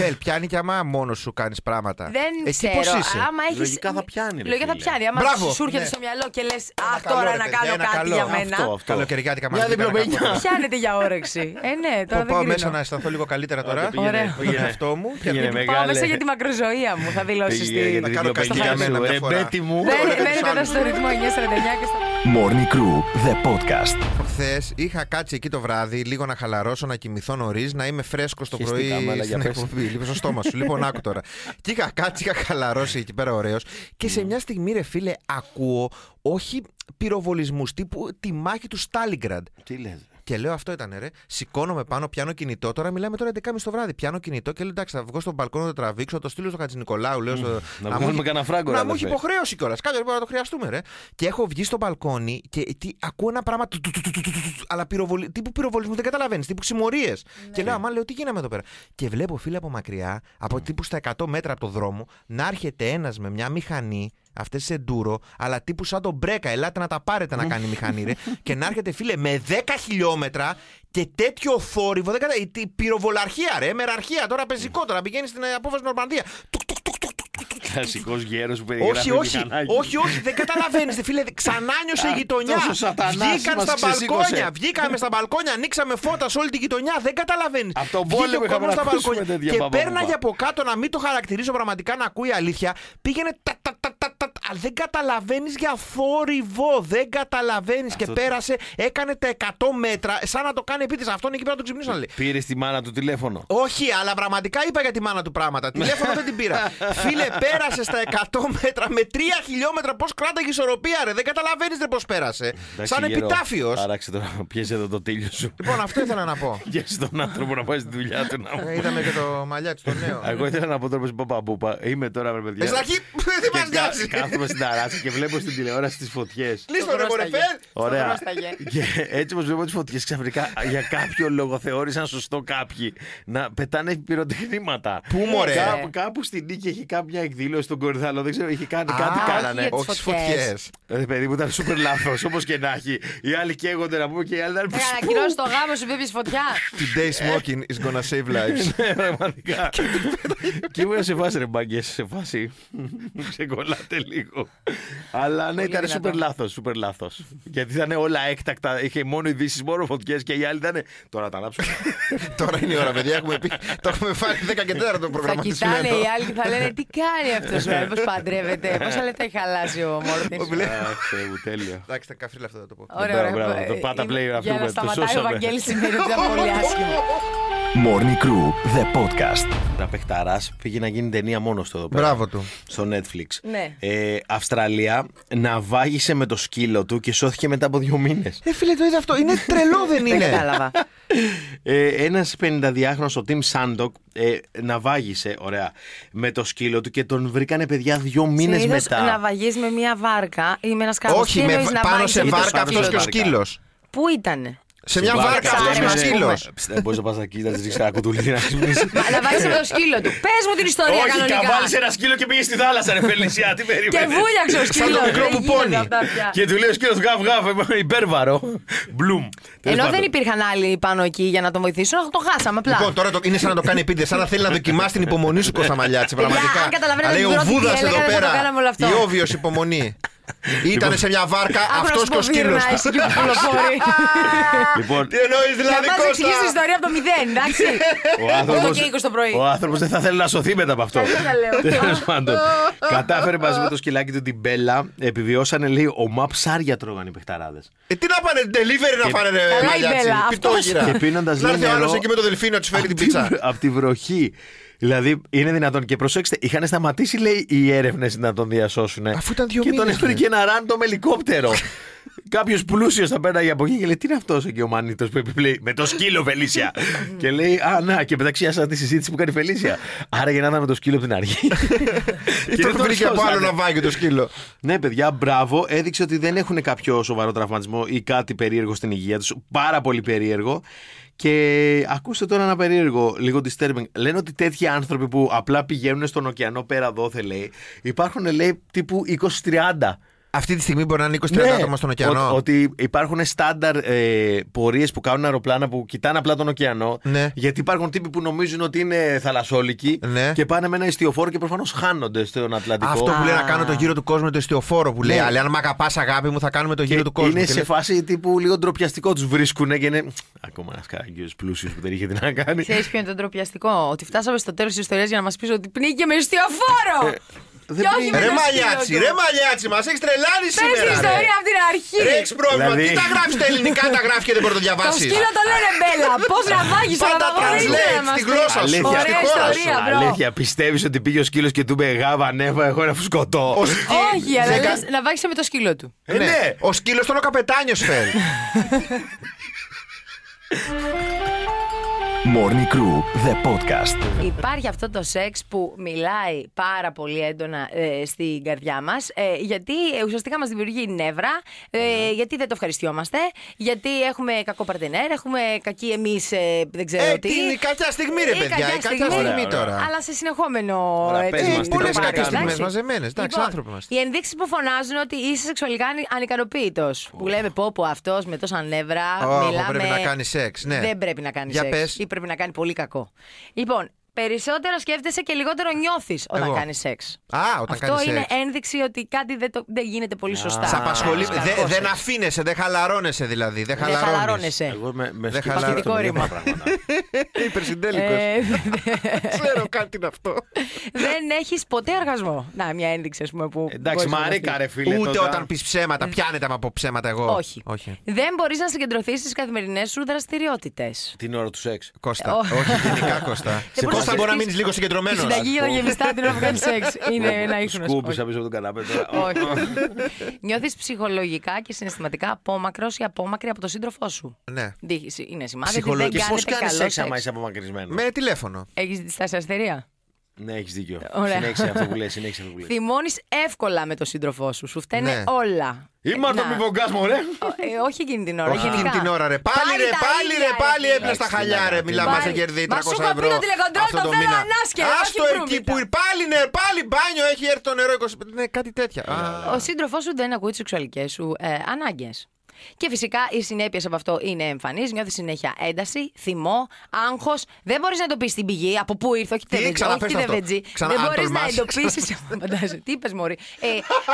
Speaker 4: θέλει, πιάνει και άμα μόνος σου κάνεις πράγματα.
Speaker 5: Δεν
Speaker 4: Εκεί
Speaker 5: ξέρω.
Speaker 4: πώς είσαι.
Speaker 5: Άμα έχεις...
Speaker 3: Λογικά θα πιάνει, ρε
Speaker 5: Λογικά θα
Speaker 3: φίλε.
Speaker 5: πιάνει. Άμα
Speaker 4: Μπράβο,
Speaker 5: σου έρχεται
Speaker 4: ναι.
Speaker 5: στο μυαλό και λες, Αχ,
Speaker 4: καλό,
Speaker 5: τώρα
Speaker 4: ρε
Speaker 5: να
Speaker 4: παιδιά,
Speaker 5: κάνω
Speaker 4: ένα
Speaker 5: κάτι
Speaker 4: καλό».
Speaker 5: για
Speaker 4: Αυτό,
Speaker 5: μένα.
Speaker 3: αυτό.
Speaker 4: Καλοκαιριάτικα
Speaker 3: Μια
Speaker 4: μαζί. δεν ήταν
Speaker 3: διπλοπενιά.
Speaker 4: κακό.
Speaker 5: Πιάνετε για όρεξη. Ε, ναι, τώρα
Speaker 4: Θα
Speaker 5: δεν
Speaker 4: πάω μέσα
Speaker 5: κρίνω.
Speaker 4: να αισθανθώ λίγο καλύτερα τώρα.
Speaker 3: πήγαινε,
Speaker 5: Ωραία.
Speaker 4: Για τον
Speaker 3: πήγαινε.
Speaker 4: εαυτό μου.
Speaker 3: Πήγαινε,
Speaker 4: Γιατί-
Speaker 3: με.
Speaker 5: Πάω
Speaker 3: Μεγάλε.
Speaker 5: μέσα για τη μακροζωία μου. θα δηλώσεις
Speaker 3: Πήγε
Speaker 5: τη.
Speaker 3: για την
Speaker 4: κάνω
Speaker 3: ιδιοπαιδεία
Speaker 4: καστανιά
Speaker 3: σου.
Speaker 4: μια
Speaker 3: Ρε
Speaker 4: φορά.
Speaker 3: μπέτη μου.
Speaker 5: Δεν
Speaker 4: Όλα τα
Speaker 5: δεν
Speaker 4: ψάχνω.
Speaker 5: ήταν στο ρυθμό 9.49 και στα.
Speaker 2: Morning Crew, the podcast.
Speaker 4: Χθες είχα κάτσει εκεί το βράδυ, λίγο να χαλαρώσω, να κοιμηθώ νωρίς, να είμαι φρέσκο το
Speaker 3: Χεστήκα,
Speaker 4: πρωί
Speaker 3: μάλα, για
Speaker 4: στην
Speaker 3: πες.
Speaker 4: εκπομπή. Λίγο στο στόμα σου. λοιπόν, άκου τώρα. Και είχα κάτσει, είχα χαλαρώσει εκεί πέρα ωραίος. Και
Speaker 3: Ναι.
Speaker 4: σε μια στιγμή, ρε φίλε, ακούω όχι πυροβολισμούς τύπου τη μάχη του Στάλιγκραντ.
Speaker 3: Τι λες.
Speaker 4: Και λέω αυτό ήταν, ρε. Σηκώνομαι πάνω, πιάνω κινητό. Τώρα μιλάμε τώρα 11.30 το βράδυ. Πιάνω κινητό και λέω εντάξει, θα βγω στον μπαλκόνο, να το τραβήξω, θα το στείλω στο Χατζη Νικολάου. Λέω, στο...
Speaker 3: να βγάλουμε
Speaker 4: έχει-
Speaker 3: κανένα φράγκο,
Speaker 4: Να
Speaker 3: ρε,
Speaker 4: μου έχει
Speaker 3: αδερφέ.
Speaker 4: υποχρέωση κιόλας. Κάποια μπορεί να το χρειαστούμε, ρε. Και έχω βγει στο μπαλκόνι και τι, ακούω ένα πράγμα. του- του- του- του- του- του- του- του- Αλλά πυροβολη... τύπου πυροβολισμού δεν καταλαβαίνεις, τύπου ξημορίες. Και λέω, Αμά, λέω, τι γίναμε εδώ πέρα. Και βλέπω φίλε από μακριά, από τύπου στα 100 μέτρα από το δρόμο, να έρχεται ένας με μια μηχανή. Αυτές τις εντούρο, αλλά τύπου σαν τον Μπρέκα. Ελάτε να τα πάρετε να κάνει η μηχανή, ρε. και να έρχεται, φίλε, με 10 χιλιόμετρα και τέτοιο θόρυβο. Δεν κατα... η- η Πυροβολαρχία, ρε, μεραρχία. Τώρα πεζικό, τώρα πηγαίνει στην ε, απόφαση Νορμανδία. Τουκ, τουκ, τουκ, τουκ, τουκ, τουκ, τουκ,
Speaker 3: Κλασικός γέρος που περιγράφει
Speaker 4: όχι, όχι,
Speaker 3: μηχανάκι.
Speaker 4: όχι, όχι, δεν καταλαβαίνετε, φίλε. Ξανά νιώσε η γειτονιά.
Speaker 3: Αυτός ο σατανάς
Speaker 4: Βγήκαν
Speaker 3: μας
Speaker 4: στα
Speaker 3: ξεσήκωσε.
Speaker 4: μπαλκόνια, βγήκαμε στα μπαλκόνια, ανοίξαμε φώτα σε όλη τη γειτονιά. Δεν καταλαβαίνεις.
Speaker 3: Απ' τον πόλεμο είχαμε να ακούσουμε τέτοια
Speaker 4: Και
Speaker 3: μπαμπα
Speaker 4: πέρναγε
Speaker 3: μπουμπα.
Speaker 4: από κάτω να μην το χαρακτηρίσω πραγματικά να ακούει αλήθεια. Πήγαινε τα τα τα τα τα. τα. Δεν καταλαβαίνεις για θόρυβο. Δεν καταλαβαίνεις. Και πέρασε, έκανε τα 100 μέτρα, σαν να το κάνει επίτηδε. Αυτόν εκεί πέρα τον ξυπνήσαν, λέει.
Speaker 3: Πήρες τη μάνα του τηλέφωνο.
Speaker 4: Όχι, αλλά πραγματικά είπα για τη μάνα του πράγματα. Τηλέφωνο δεν την πήρα. Φίλε, πέρασε στα 100 μέτρα με 3 χιλιόμετρα. Πώς κράταγε ισορροπία, ρε. Δεν καταλαβαίνεις ρε πώς πέρασε.
Speaker 3: Εντάξει,
Speaker 4: Σαν
Speaker 3: γέρο.
Speaker 4: επιτάφιος.
Speaker 3: Άραξε τώρα, πιέζε εδώ το τίλιο σου.
Speaker 4: Λοιπόν, αυτό ήθελα να πω.
Speaker 3: Πιέζε τον άνθρωπο να πάει στη δουλειά του να
Speaker 4: Ε,
Speaker 3: μου.
Speaker 4: Είδαμε και το μαλλιά του, το νέο.
Speaker 3: Εγώ ήθελα να πω τώρα πως είπα παπαπούπα. Είμαι τώρα με παιδιά.
Speaker 4: Ε, Στην αρχή δεν μα
Speaker 3: Και κα-
Speaker 4: νοιάζει.
Speaker 3: Κάθομαι στην ταράτσα και βλέπω στην τηλεόραση τις φωτιές.
Speaker 4: Κλείστο ρε κορυφέ.
Speaker 3: Ωραία. Και έτσι όπως βλέπω τις φωτιές, ξαφνικά για κάποιο λόγο θεώρησαν σωστό κάποιοι να πετάνε πυροτεχνήματα.
Speaker 4: Πού, μωρέ?
Speaker 3: Κάπου, κάπου στην νίκη έχει κάποια εκδήλωση στον Κορυδάλο, δεν ξέρω, είχε κάνει κάτι.
Speaker 4: Α, ναι.
Speaker 3: Κάνανε.
Speaker 5: για τις
Speaker 4: Όχι
Speaker 5: φωτιές.
Speaker 4: φωτιές.
Speaker 3: Ρε παιδί μου, ήταν σούπερ λάθος, όπως και να έχει. Οι άλλοι καίγονται να πούμε και οι άλλοι ήταν.
Speaker 5: Ε, ανακοινώσει το γάμο σου, πίπη φωτιά.
Speaker 4: Today
Speaker 5: Ε.
Speaker 4: smoking is gonna save lives.
Speaker 3: Ναι, Πραγματικά. Και ήμουν σε φάση ρε μπαγκές, σε φάση. Μου ξεκολλάτε λίγο. Αλλά ναι, ήταν
Speaker 5: δυνατό.
Speaker 3: σούπερ λάθος, σούπερ λάθος. Γιατί ήταν όλα έκτακτα, είχε μόνο ειδήσεις, μόνο φωτιές και οι άλλοι ήταν. Τώρα τα ανάψω.
Speaker 4: Τώρα είναι η ώρα, παιδιά. Έχουμε πει- Το έχουμε φάει 10 και 4 το
Speaker 5: Θα κοιτάνε
Speaker 4: προγραμματισμένο.
Speaker 5: οι άλλοι και θα λένε τι κάνει αυτός. Πώς παντρεύεται, πόσα λεπτά έχει χαλάσει ο Μόρτιν.
Speaker 4: Βλέπω-
Speaker 3: Αχ, Θεέ μου, τέλειο.
Speaker 4: Εντάξει, τα καφρίλα αυτό θα το πω.
Speaker 5: Ωραία, ωραία.
Speaker 3: Μπράβο, μπράβο, το πάτα
Speaker 5: Είναι-
Speaker 3: play αυτό
Speaker 5: Για
Speaker 3: που
Speaker 5: να
Speaker 3: το
Speaker 5: σταματάει ο
Speaker 3: σώσαμε.
Speaker 5: Βαγγέλης σημαίνει ότι ήταν πολύ άσχημο.
Speaker 2: Morning Crew, the podcast.
Speaker 3: Ένα παιχταρά πήγε να γίνει ταινία μόνος του εδώ πέρα.
Speaker 4: Μπράβο του.
Speaker 3: Στο Netflix.
Speaker 5: Ναι.
Speaker 3: Ε, Αυστραλία να βάγισε με το σκύλο του και σώθηκε μετά από δύο μήνες.
Speaker 4: Ε, φίλε, το είδα αυτό. Είναι τρελό, δεν
Speaker 5: Δεν
Speaker 4: είναι.
Speaker 5: κατάλαβα.
Speaker 3: Ε, Ένας 52χρονο, ο Τιμ Σάντοκ, ε, ναυάγησε ωραία, με το σκύλο του και τον βρήκανε παιδιά δύο μήνες
Speaker 5: Συνήθως
Speaker 3: μετά.
Speaker 5: να βαγείς με μια βάρκα ή με ένα σκάφο.
Speaker 4: Όχι, με, πάνω σε βάρκα αυτός και ο σκύλος.
Speaker 5: Πού ήτανε.
Speaker 4: Σε μια βάρκα
Speaker 5: βάρκα,
Speaker 4: αυτό και ο
Speaker 5: λέμε,
Speaker 4: σκύλο.
Speaker 3: Μπορείς να πας να κοίτα, ρίξει ένα κουτουλί να ξυπνήσει.
Speaker 5: Μα να βάγεις με το σκύλο του. Πες μου την ιστορία
Speaker 3: Όχι, καβάλισε
Speaker 5: κανονικά.
Speaker 3: ένα σκύλο και πήγες στη θάλασσα, ρε Φελισιά, τι
Speaker 5: Και
Speaker 3: περίμενε.
Speaker 5: βούλιαξε ο σκύλο.
Speaker 4: το μικρό που πόνι.
Speaker 3: Και του λέει ο σκύλος γαβ γαβ, υπέρβαρο. Μπλουμ. Τέλος
Speaker 5: Ενώ δεν
Speaker 3: πάντων.
Speaker 5: υπήρχαν άλλοι πάνω εκεί για να τον βοηθήσουν, το χάσαμε απλά.
Speaker 4: Λοιπόν, τώρα το, είναι σαν να το κάνει επίτηδες, σαν να θέλει να δοκιμάσει την υπομονή σου Κώστα Μαλιάτση.
Speaker 5: Παιδιά,
Speaker 4: Πραγματικά.
Speaker 5: αν καταλαβαίνετε
Speaker 4: Αλλά
Speaker 5: την
Speaker 4: ο
Speaker 5: πρώτη
Speaker 4: Βούδας
Speaker 5: τι
Speaker 4: εδώ
Speaker 5: έλεγα, δεν θα το
Speaker 4: πέρα.
Speaker 5: κάναμε όλο αυτό.
Speaker 4: Η όβιος υπομονή. Ήταν σε μια βάρκα αυτός και ο σκύλο.
Speaker 5: Εσύ και που πουλοφορεί.
Speaker 3: Λοιπόν,
Speaker 4: Τι εννοεί
Speaker 5: Για
Speaker 4: δηλαδή,
Speaker 5: μας εξηγείς την
Speaker 4: Κώστα.
Speaker 5: ιστορία από το μηδέν, εντάξει.
Speaker 3: Ο άνθρωπος,
Speaker 5: και 20 το πρωί.
Speaker 3: ο άνθρωπος δεν θα θέλει να σωθεί μετά από αυτό.
Speaker 5: Αυτό τα λέω.
Speaker 3: Τέλος πάντων. Κατάφερε μαζί με το σκυλάκι του την Μπέλα. Επιβιώσανε, λέει, ομά ψάρια τρώγαν οι παιχταράδες.
Speaker 4: Ε, τι να πάνε, delivery να φάνε, ρε
Speaker 5: Ε, Καλά η
Speaker 4: Μαλιάτση.
Speaker 5: Μπέλα,
Speaker 4: Πιτόγυρα.
Speaker 3: αυτός. Και πίνοντας
Speaker 4: Να έρθει ο
Speaker 3: λέει
Speaker 4: άλλος
Speaker 3: νερό.
Speaker 4: εκεί με το δελφίνο, να τους φέρει την πίτσα.
Speaker 3: Από τη βροχή. Δηλαδή, είναι δυνατόν. Και προσέξτε, είχαν σταματήσει, λέει, οι έρευνες να τον διασώσουν.
Speaker 4: Αφού ήταν δύο
Speaker 3: Και τον
Speaker 4: μήνες,
Speaker 3: έφερε
Speaker 4: ναι.
Speaker 3: και ένα ράντομ ελικόπτερο. Κάποιος πλούσιος θα πέρναγε από εκεί και λέει: Τι είναι αυτός εκεί ο Μανίτος που επιπλέει με το σκύλο Φελίσια. και λέει: Α, να, και μεταξύ σαν τη συζήτηση που κάνει η Φελίσια. Άρα για να ήταν με το σκύλο από την αρχή.
Speaker 4: Και τον Ε, βρήκε από άλλο να βάγει το σκύλο.
Speaker 3: Ναι, παιδιά, μπράβο. Έδειξε ότι δεν έχουν κάποιο σοβαρό τραυματισμό ή κάτι περίεργο στην υγεία τους. Πάρα πολύ περίεργο. Και ακούστε τώρα ένα περίεργο, λίγο disturbing. Λένε ότι τέτοιοι άνθρωποι που απλά πηγαίνουν στον ωκεανό πέρα δόθε, λέει, υπάρχουν, λέει, τύπου 20-30.
Speaker 4: Αυτή τη στιγμή μπορεί να είναι 20-30
Speaker 3: Ναι,
Speaker 4: άτομα στον
Speaker 3: Ότι,
Speaker 4: ωκεανό.
Speaker 3: ότι υπάρχουν στάνταρ ε, πορείες που κάνουν αεροπλάνα που κοιτάνε απλά τον ωκεανό.
Speaker 4: Ναι.
Speaker 3: Γιατί υπάρχουν τύποι που νομίζουν ότι είναι θαλασσόλικοι
Speaker 4: Ναι.
Speaker 3: και πάνε με ένα ιστιοφόρο και προφανώς χάνονται στον Ατλαντικό.
Speaker 4: Αυτό που λέει να κάνω το γύρο του κόσμου με το ιστιοφόρο που λέει.
Speaker 3: Ναι.
Speaker 4: Αλλά αν με αγαπάς, αγάπη μου, θα κάνουμε το γύρο του κόσμου.
Speaker 3: είναι
Speaker 4: Και
Speaker 3: σε
Speaker 4: λέει,
Speaker 3: φάση τύπου λίγο ντροπιαστικό τους βρίσκουνε και είναι. «Τσ, Ακόμα ένας κάγκιο πλούσιος που δεν είχε τι να κάνει.
Speaker 5: Ξέρεις ποιο είναι το ντροπιαστικό, ότι φτάσαμε στο τέλος της ιστορίας για να μας πεις ότι πνίγηκε με ιστιοφόρο.
Speaker 3: Δεν πνίγει.
Speaker 5: όχι με
Speaker 4: Ε, Ρε
Speaker 5: το
Speaker 4: μαλλιάτσι,
Speaker 5: σκύλο του.
Speaker 4: ρε μαλιάτσι, μας έχεις τρελάνει
Speaker 5: Πες την
Speaker 4: σήμερα. ρε.
Speaker 5: ιστορία από την αρχή.
Speaker 4: Ρε έχεις πρόβλημα.
Speaker 3: Δηλαδή-
Speaker 4: Τι τα γράφεις τα ελληνικά, τα γράφεις και δεν μπορείς να το
Speaker 5: Το
Speaker 4: διαβάσεις.
Speaker 5: σκύλο το λένε μπέλα. Πώς ναυάγει στο
Speaker 4: Πάντα translate
Speaker 5: ναυαγόρι ήθελε να
Speaker 4: στη
Speaker 5: μας πει.
Speaker 4: γλώσσα σου,
Speaker 5: Ωραία
Speaker 4: στη χώρα σου.
Speaker 5: ιστορία, μπρο.
Speaker 3: Αλήθεια, πιστεύεις ότι πήγε ο σκύλος και του είπε γάβα νέβα, εγώ να φουσκωτώ.
Speaker 4: Ο σκύλος.
Speaker 5: Όχι, αλλά λες, να βάγισε με το σκύλο του.
Speaker 3: Ε, ναι.
Speaker 4: Ο σκύλος τον ο καπετάνιος φέρει.
Speaker 2: Morning Crew, the podcast.
Speaker 5: Υπάρχει αυτό το σεξ που μιλάει πάρα πολύ έντονα ε, στην καρδιά μας, γιατί ε, ουσιαστικά μας δημιουργεί νεύρα, ε,
Speaker 4: Ναι.
Speaker 5: γιατί δεν το ευχαριστιόμαστε, γιατί έχουμε κακό παρτενέρ, έχουμε κακή εμείς, δεν ξέρω
Speaker 4: Ε,
Speaker 5: τι.
Speaker 4: την κακιά στιγμή, ρε
Speaker 5: Ε,
Speaker 4: παιδιά, η κακιά στιγμή τώρα.
Speaker 5: Αλλά σε συνεχόμενο.
Speaker 3: Ωραία,
Speaker 5: έτσι,
Speaker 3: πες μας, τι
Speaker 5: πολλές
Speaker 3: πρέπει να
Speaker 5: κακές
Speaker 3: κάνουμε.
Speaker 5: στιγμές
Speaker 4: Μαζεμένες, εντάξει,
Speaker 5: Λοιπόν,
Speaker 4: άνθρωποι είμαστε.
Speaker 5: Οι ενδείξεις που φωνάζουν ότι είσαι σεξουαλικά ανικανοποίητος. Που λέμε πω πω αυτός με τόσα νεύρα.
Speaker 4: Ω,
Speaker 5: μιλάμε...
Speaker 4: πρέπει να κάνει σεξ, ναι.
Speaker 5: Δεν πρέπει να κάνει
Speaker 4: Για
Speaker 5: σεξ.
Speaker 4: πες.
Speaker 5: Ή πρέπει να κάνει πολύ κακό. Λοιπόν, περισσότερο σκέφτεσαι και λιγότερο νιώθεις όταν
Speaker 4: Εγώ.
Speaker 5: κάνεις σεξ.
Speaker 4: Α, όταν
Speaker 5: Αυτό
Speaker 4: κάνεις
Speaker 5: είναι
Speaker 4: σεξ.
Speaker 5: ένδειξη ότι κάτι δεν, το, δεν γίνεται πολύ σωστά.
Speaker 4: Σ' απασχολεί.
Speaker 5: Κάνεις
Speaker 4: δε-
Speaker 5: κακό
Speaker 4: δεν
Speaker 5: σεξ.
Speaker 4: αφήνεσαι, δεν χαλαρώνεσαι δηλαδή. Δεν
Speaker 5: Δεν
Speaker 4: χαλαρώνεσαι.
Speaker 5: χαλαρώνεσαι.
Speaker 3: Ε, Εγώ με, με
Speaker 4: Δεν
Speaker 3: σκύλο
Speaker 4: χαλαρώνω.
Speaker 3: σκέφτομαι διάφορα
Speaker 5: Παθητικό
Speaker 3: πράγματα.
Speaker 4: Υπερσυντέλικο.
Speaker 5: Ε, δε-
Speaker 4: Ξέρω κάτι είναι αυτό.
Speaker 5: δεν έχεις ποτέ οργασμό. Να, μια ένδειξη, ας πούμε, που.
Speaker 3: Εντάξει,
Speaker 5: μπορείς να
Speaker 3: Μαρίκα,
Speaker 5: δεχτείς.
Speaker 3: ρε φίλε.
Speaker 4: Ούτε
Speaker 3: τότε.
Speaker 4: όταν πεις ψέματα, πιάνετε με από ψέματα εγώ.
Speaker 5: Όχι. Δεν μπορείς να συγκεντρωθείς στις καθημερινές σου δραστηριότητες.
Speaker 3: Την ώρα του σεξ.
Speaker 4: Κώστα.
Speaker 5: Ω.
Speaker 4: Όχι, γενικά Κώστα. Σε
Speaker 5: μπορείς
Speaker 4: Κώστα
Speaker 5: να
Speaker 4: μπορεί να
Speaker 5: σκεφτείς
Speaker 4: μείνεις λίγο
Speaker 5: Η
Speaker 4: συγκεντρωμένο.
Speaker 5: συνταγή για τα γεμιστά την ώρα που κάνεις σεξ. Είναι ένα ίχνος.
Speaker 3: Σκούπισα πίσω από τον καναπέ τώρα.
Speaker 5: Όχι. Νιώθεις ψυχολογικά και συναισθηματικά απόμακρος ή απόμακρη από τον σύντροφό σου.
Speaker 4: Ναι.
Speaker 5: Δείχηση. Είναι σημάδι ότι δεν
Speaker 4: Ψυχολογική.
Speaker 3: Και πώ
Speaker 5: κάνετε
Speaker 3: κάνεις
Speaker 5: καλό
Speaker 3: σεξ άμα
Speaker 5: σεξ.
Speaker 3: είσαι απομακρυσμένος.
Speaker 4: Με τηλέφωνο.
Speaker 5: Έχεις διστάσει αστερία.
Speaker 3: Ναι, έχεις δίκιο.
Speaker 5: Ωραία.
Speaker 3: Συνέχισε αυτό που λες. Συνέχισε αυτό που λες.
Speaker 5: Θυμώνεις εύκολα με τον σύντροφό σου. Σου φταίνε
Speaker 4: Ναι.
Speaker 5: όλα.
Speaker 3: Είμαστε
Speaker 5: Να.
Speaker 3: μη βογκάσμο, ρε.
Speaker 5: Ο- ε, όχι εκείνη την ώρα.
Speaker 4: Όχι
Speaker 5: γενικά.
Speaker 4: εκείνη την ώρα, ρε. Πάλι, ρε,
Speaker 5: τα
Speaker 4: πάλι,
Speaker 5: ίδια,
Speaker 4: ρε, πάλι
Speaker 5: φίλε.
Speaker 4: έπιασε τα
Speaker 3: Εντάξει,
Speaker 4: χαλιά,
Speaker 3: τι
Speaker 4: ρε.
Speaker 3: να
Speaker 4: Μιλά,
Speaker 5: κάνουμε.
Speaker 4: μα έχει κερδεί 300
Speaker 5: Μα σου
Speaker 4: ευρώ.
Speaker 5: είχα πει το τηλεκοντρόλ,
Speaker 4: αυτό
Speaker 5: το θέλω
Speaker 4: μήνα.
Speaker 5: ανάσκελο, όχι
Speaker 4: Άστο εκεί
Speaker 5: βρούμητα.
Speaker 4: που πάλι, ναι, πάλι μπάνιο έχει έρθει το νερό 25. Ναι, κάτι τέτοια. Α,
Speaker 5: Ο σύντροφός σου δεν ακούει τις σεξουαλικές σου ε, ανάγκες. Και φυσικά οι συνέπειες από αυτό είναι εμφανεί. Νιώθεις συνέχεια ένταση, θυμό, άγχος. Δεν μπορείς να το πεις στην πηγή, από πού ήρθε, όχι
Speaker 4: Τι,
Speaker 5: την
Speaker 4: ξαναπες
Speaker 5: Όχι
Speaker 4: αυτό.
Speaker 5: τεβετζή.
Speaker 4: Ξανα-
Speaker 5: δεν
Speaker 4: αν
Speaker 5: μπορείς να
Speaker 4: τολμάς.
Speaker 5: εντοπίσει. Φαντάζομαι. Τι είπες, Μωρή. Ε,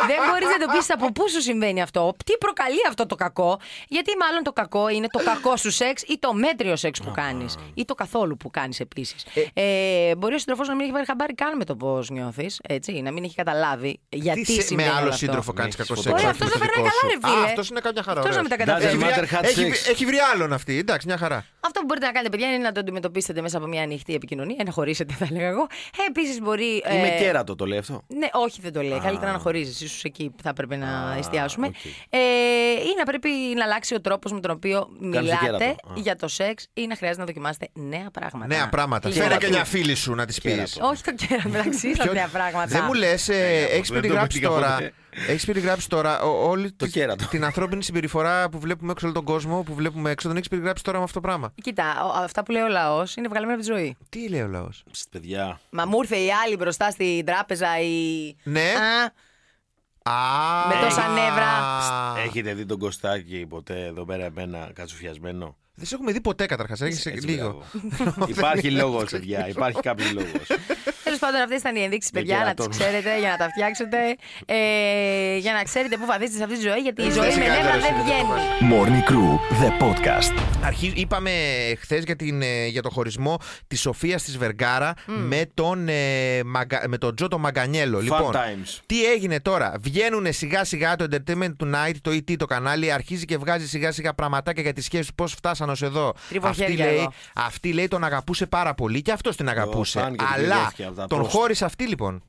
Speaker 5: δεν μπορείς να εντοπίσει από πού σου συμβαίνει αυτό. Τι προκαλεί αυτό το κακό. Γιατί μάλλον το κακό είναι το κακό σου σεξ ή το μέτριο σεξ που κάνεις. ή το καθόλου που κάνεις επίσης. Ε, μπορεί ο σύντροφός να μην έχει πάρει χαμπάρι καν με το πώς νιώθεις. Να μην έχει καταλάβει γιατί
Speaker 4: τι σε- με
Speaker 5: συμβαίνει όλο
Speaker 4: άλλο
Speaker 5: αυτό.
Speaker 4: σύντροφο κάνεις
Speaker 3: Έχεις
Speaker 4: κακό σεξ.
Speaker 3: φωτογραφία.
Speaker 4: όχι
Speaker 5: Ωραία,
Speaker 4: με
Speaker 5: αυτό να
Speaker 4: το
Speaker 5: περνάει
Speaker 4: δικό
Speaker 5: καλά,
Speaker 4: σου.
Speaker 5: ρε φίλε.
Speaker 4: Α, αυτός είναι κάποια χαρά.
Speaker 5: Αυτός
Speaker 4: ωραία.
Speaker 5: να με τα καταφέρει.
Speaker 4: Έχει βρει-
Speaker 3: Doesn't matter how
Speaker 4: έχει-
Speaker 3: sex.
Speaker 4: Έχει βρει άλλον αυτή. Εντάξει, μια χαρά.
Speaker 5: Αυτό που μπορείτε να κάνετε, παιδιά, είναι να το αντιμετωπίσετε μέσα από μια ανοιχτή επικοινωνία, να χωρίσετε, θα έλεγα εγώ. Επίσης μπορεί. ε,
Speaker 3: Είμαι κέρατο, το λέει αυτό.
Speaker 5: Ναι, όχι δεν το λέει. Καλύτερα να χωρίζεις. ίσως εκεί θα πρέπει να εστιάσουμε.
Speaker 3: οκ.
Speaker 5: Ε, ή να πρέπει να αλλάξει ο τρόπος με τον οποίο
Speaker 3: δικαίρατο.
Speaker 5: μιλάτε
Speaker 3: Α.
Speaker 5: για το σεξ ή να χρειάζεται να δοκιμάσετε νέα πράγματα.
Speaker 4: Νέα πράγματα.
Speaker 5: Λοιπόν,
Speaker 4: Φέρε και μια φίλη σου να τη πεις.
Speaker 5: Όχι το κέρατο, μεταξύ
Speaker 4: Ποιο-
Speaker 5: τα νέα πράγματα.
Speaker 4: Δεν μου λες,
Speaker 3: Ναι,
Speaker 4: έχει
Speaker 3: το
Speaker 4: περιγράψει
Speaker 3: πετύχα
Speaker 4: τώρα.
Speaker 3: ποτέ.
Speaker 4: Έχεις περιγράψει τώρα ο- όλη
Speaker 3: Το
Speaker 4: τη-
Speaker 3: κέρατο.
Speaker 4: την ανθρώπινη συμπεριφορά που βλέπουμε έξω όλο τον κόσμο, που βλέπουμε έξω, δεν έχεις περιγράψει τώρα με αυτό το πράγμα.
Speaker 5: Κοίτα, ο- αυτά που λέει ο λαός είναι βγαλμένα από τη ζωή.
Speaker 4: Τι λέει ο λαός.
Speaker 3: Ψ, Παιδιά.
Speaker 5: Μα μου ήρθε η άλλη μπροστά στην τράπεζα, η.
Speaker 4: Ναι.
Speaker 5: Α,
Speaker 4: Α,
Speaker 5: Με τόσα νεύρα.
Speaker 4: Α.
Speaker 3: Έχετε δει τον Κωστάκη ποτέ εδώ πέρα εμένα κατσουφιασμένο.
Speaker 4: Δεν σε έχουμε δει ποτέ καταρχάς. Έχεις
Speaker 3: Έτσι,
Speaker 4: λίγο.
Speaker 3: μπράβο. Υπάρχει λόγο, παιδιά. Υπάρχει κάποιος λόγος.
Speaker 5: Τέλος πάντων, αυτές ήταν οι ενδείξεις,
Speaker 3: Δεν
Speaker 5: παιδιά, να τι
Speaker 3: κερατώνουμε.
Speaker 5: ξέρετε, για να τα φτιάξετε. Ε, για να ξέρετε πού βαθίζετε σε αυτή τη ζωή, γιατί η ζωή με
Speaker 4: σιγά,
Speaker 5: νεύρα
Speaker 4: τώρα,
Speaker 5: δεν
Speaker 4: σιγά,
Speaker 5: βγαίνει.
Speaker 2: Morning Crew, the podcast.
Speaker 4: Αρχή, είπαμε χθες για, την, ε, για το χωρισμό της Σοφίας της Βεργάρα με, τον, ε, Μαγκα- με τον Τζο τον Μαγκανιέλο. λοιπόν,
Speaker 3: times.
Speaker 4: τι έγινε τώρα. Βγαίνουν σιγά σιγά το Entertainment Tonight, το ET το κανάλι, αρχίζει και βγάζει σιγά σιγά πραγματάκια για τη σχέση του. Πώς φτάσανε ως εδώ.
Speaker 5: Τριβοχέρια
Speaker 4: Αυτή λέει,
Speaker 5: εγώ.
Speaker 4: αυτή λέει τον αγαπούσε πάρα πολύ και αυτός την αγαπούσε.
Speaker 3: φαν και την
Speaker 4: Αλλά
Speaker 3: πληρώθηκε από τα
Speaker 4: τον
Speaker 3: post.
Speaker 4: χώρισε αυτή λοιπόν.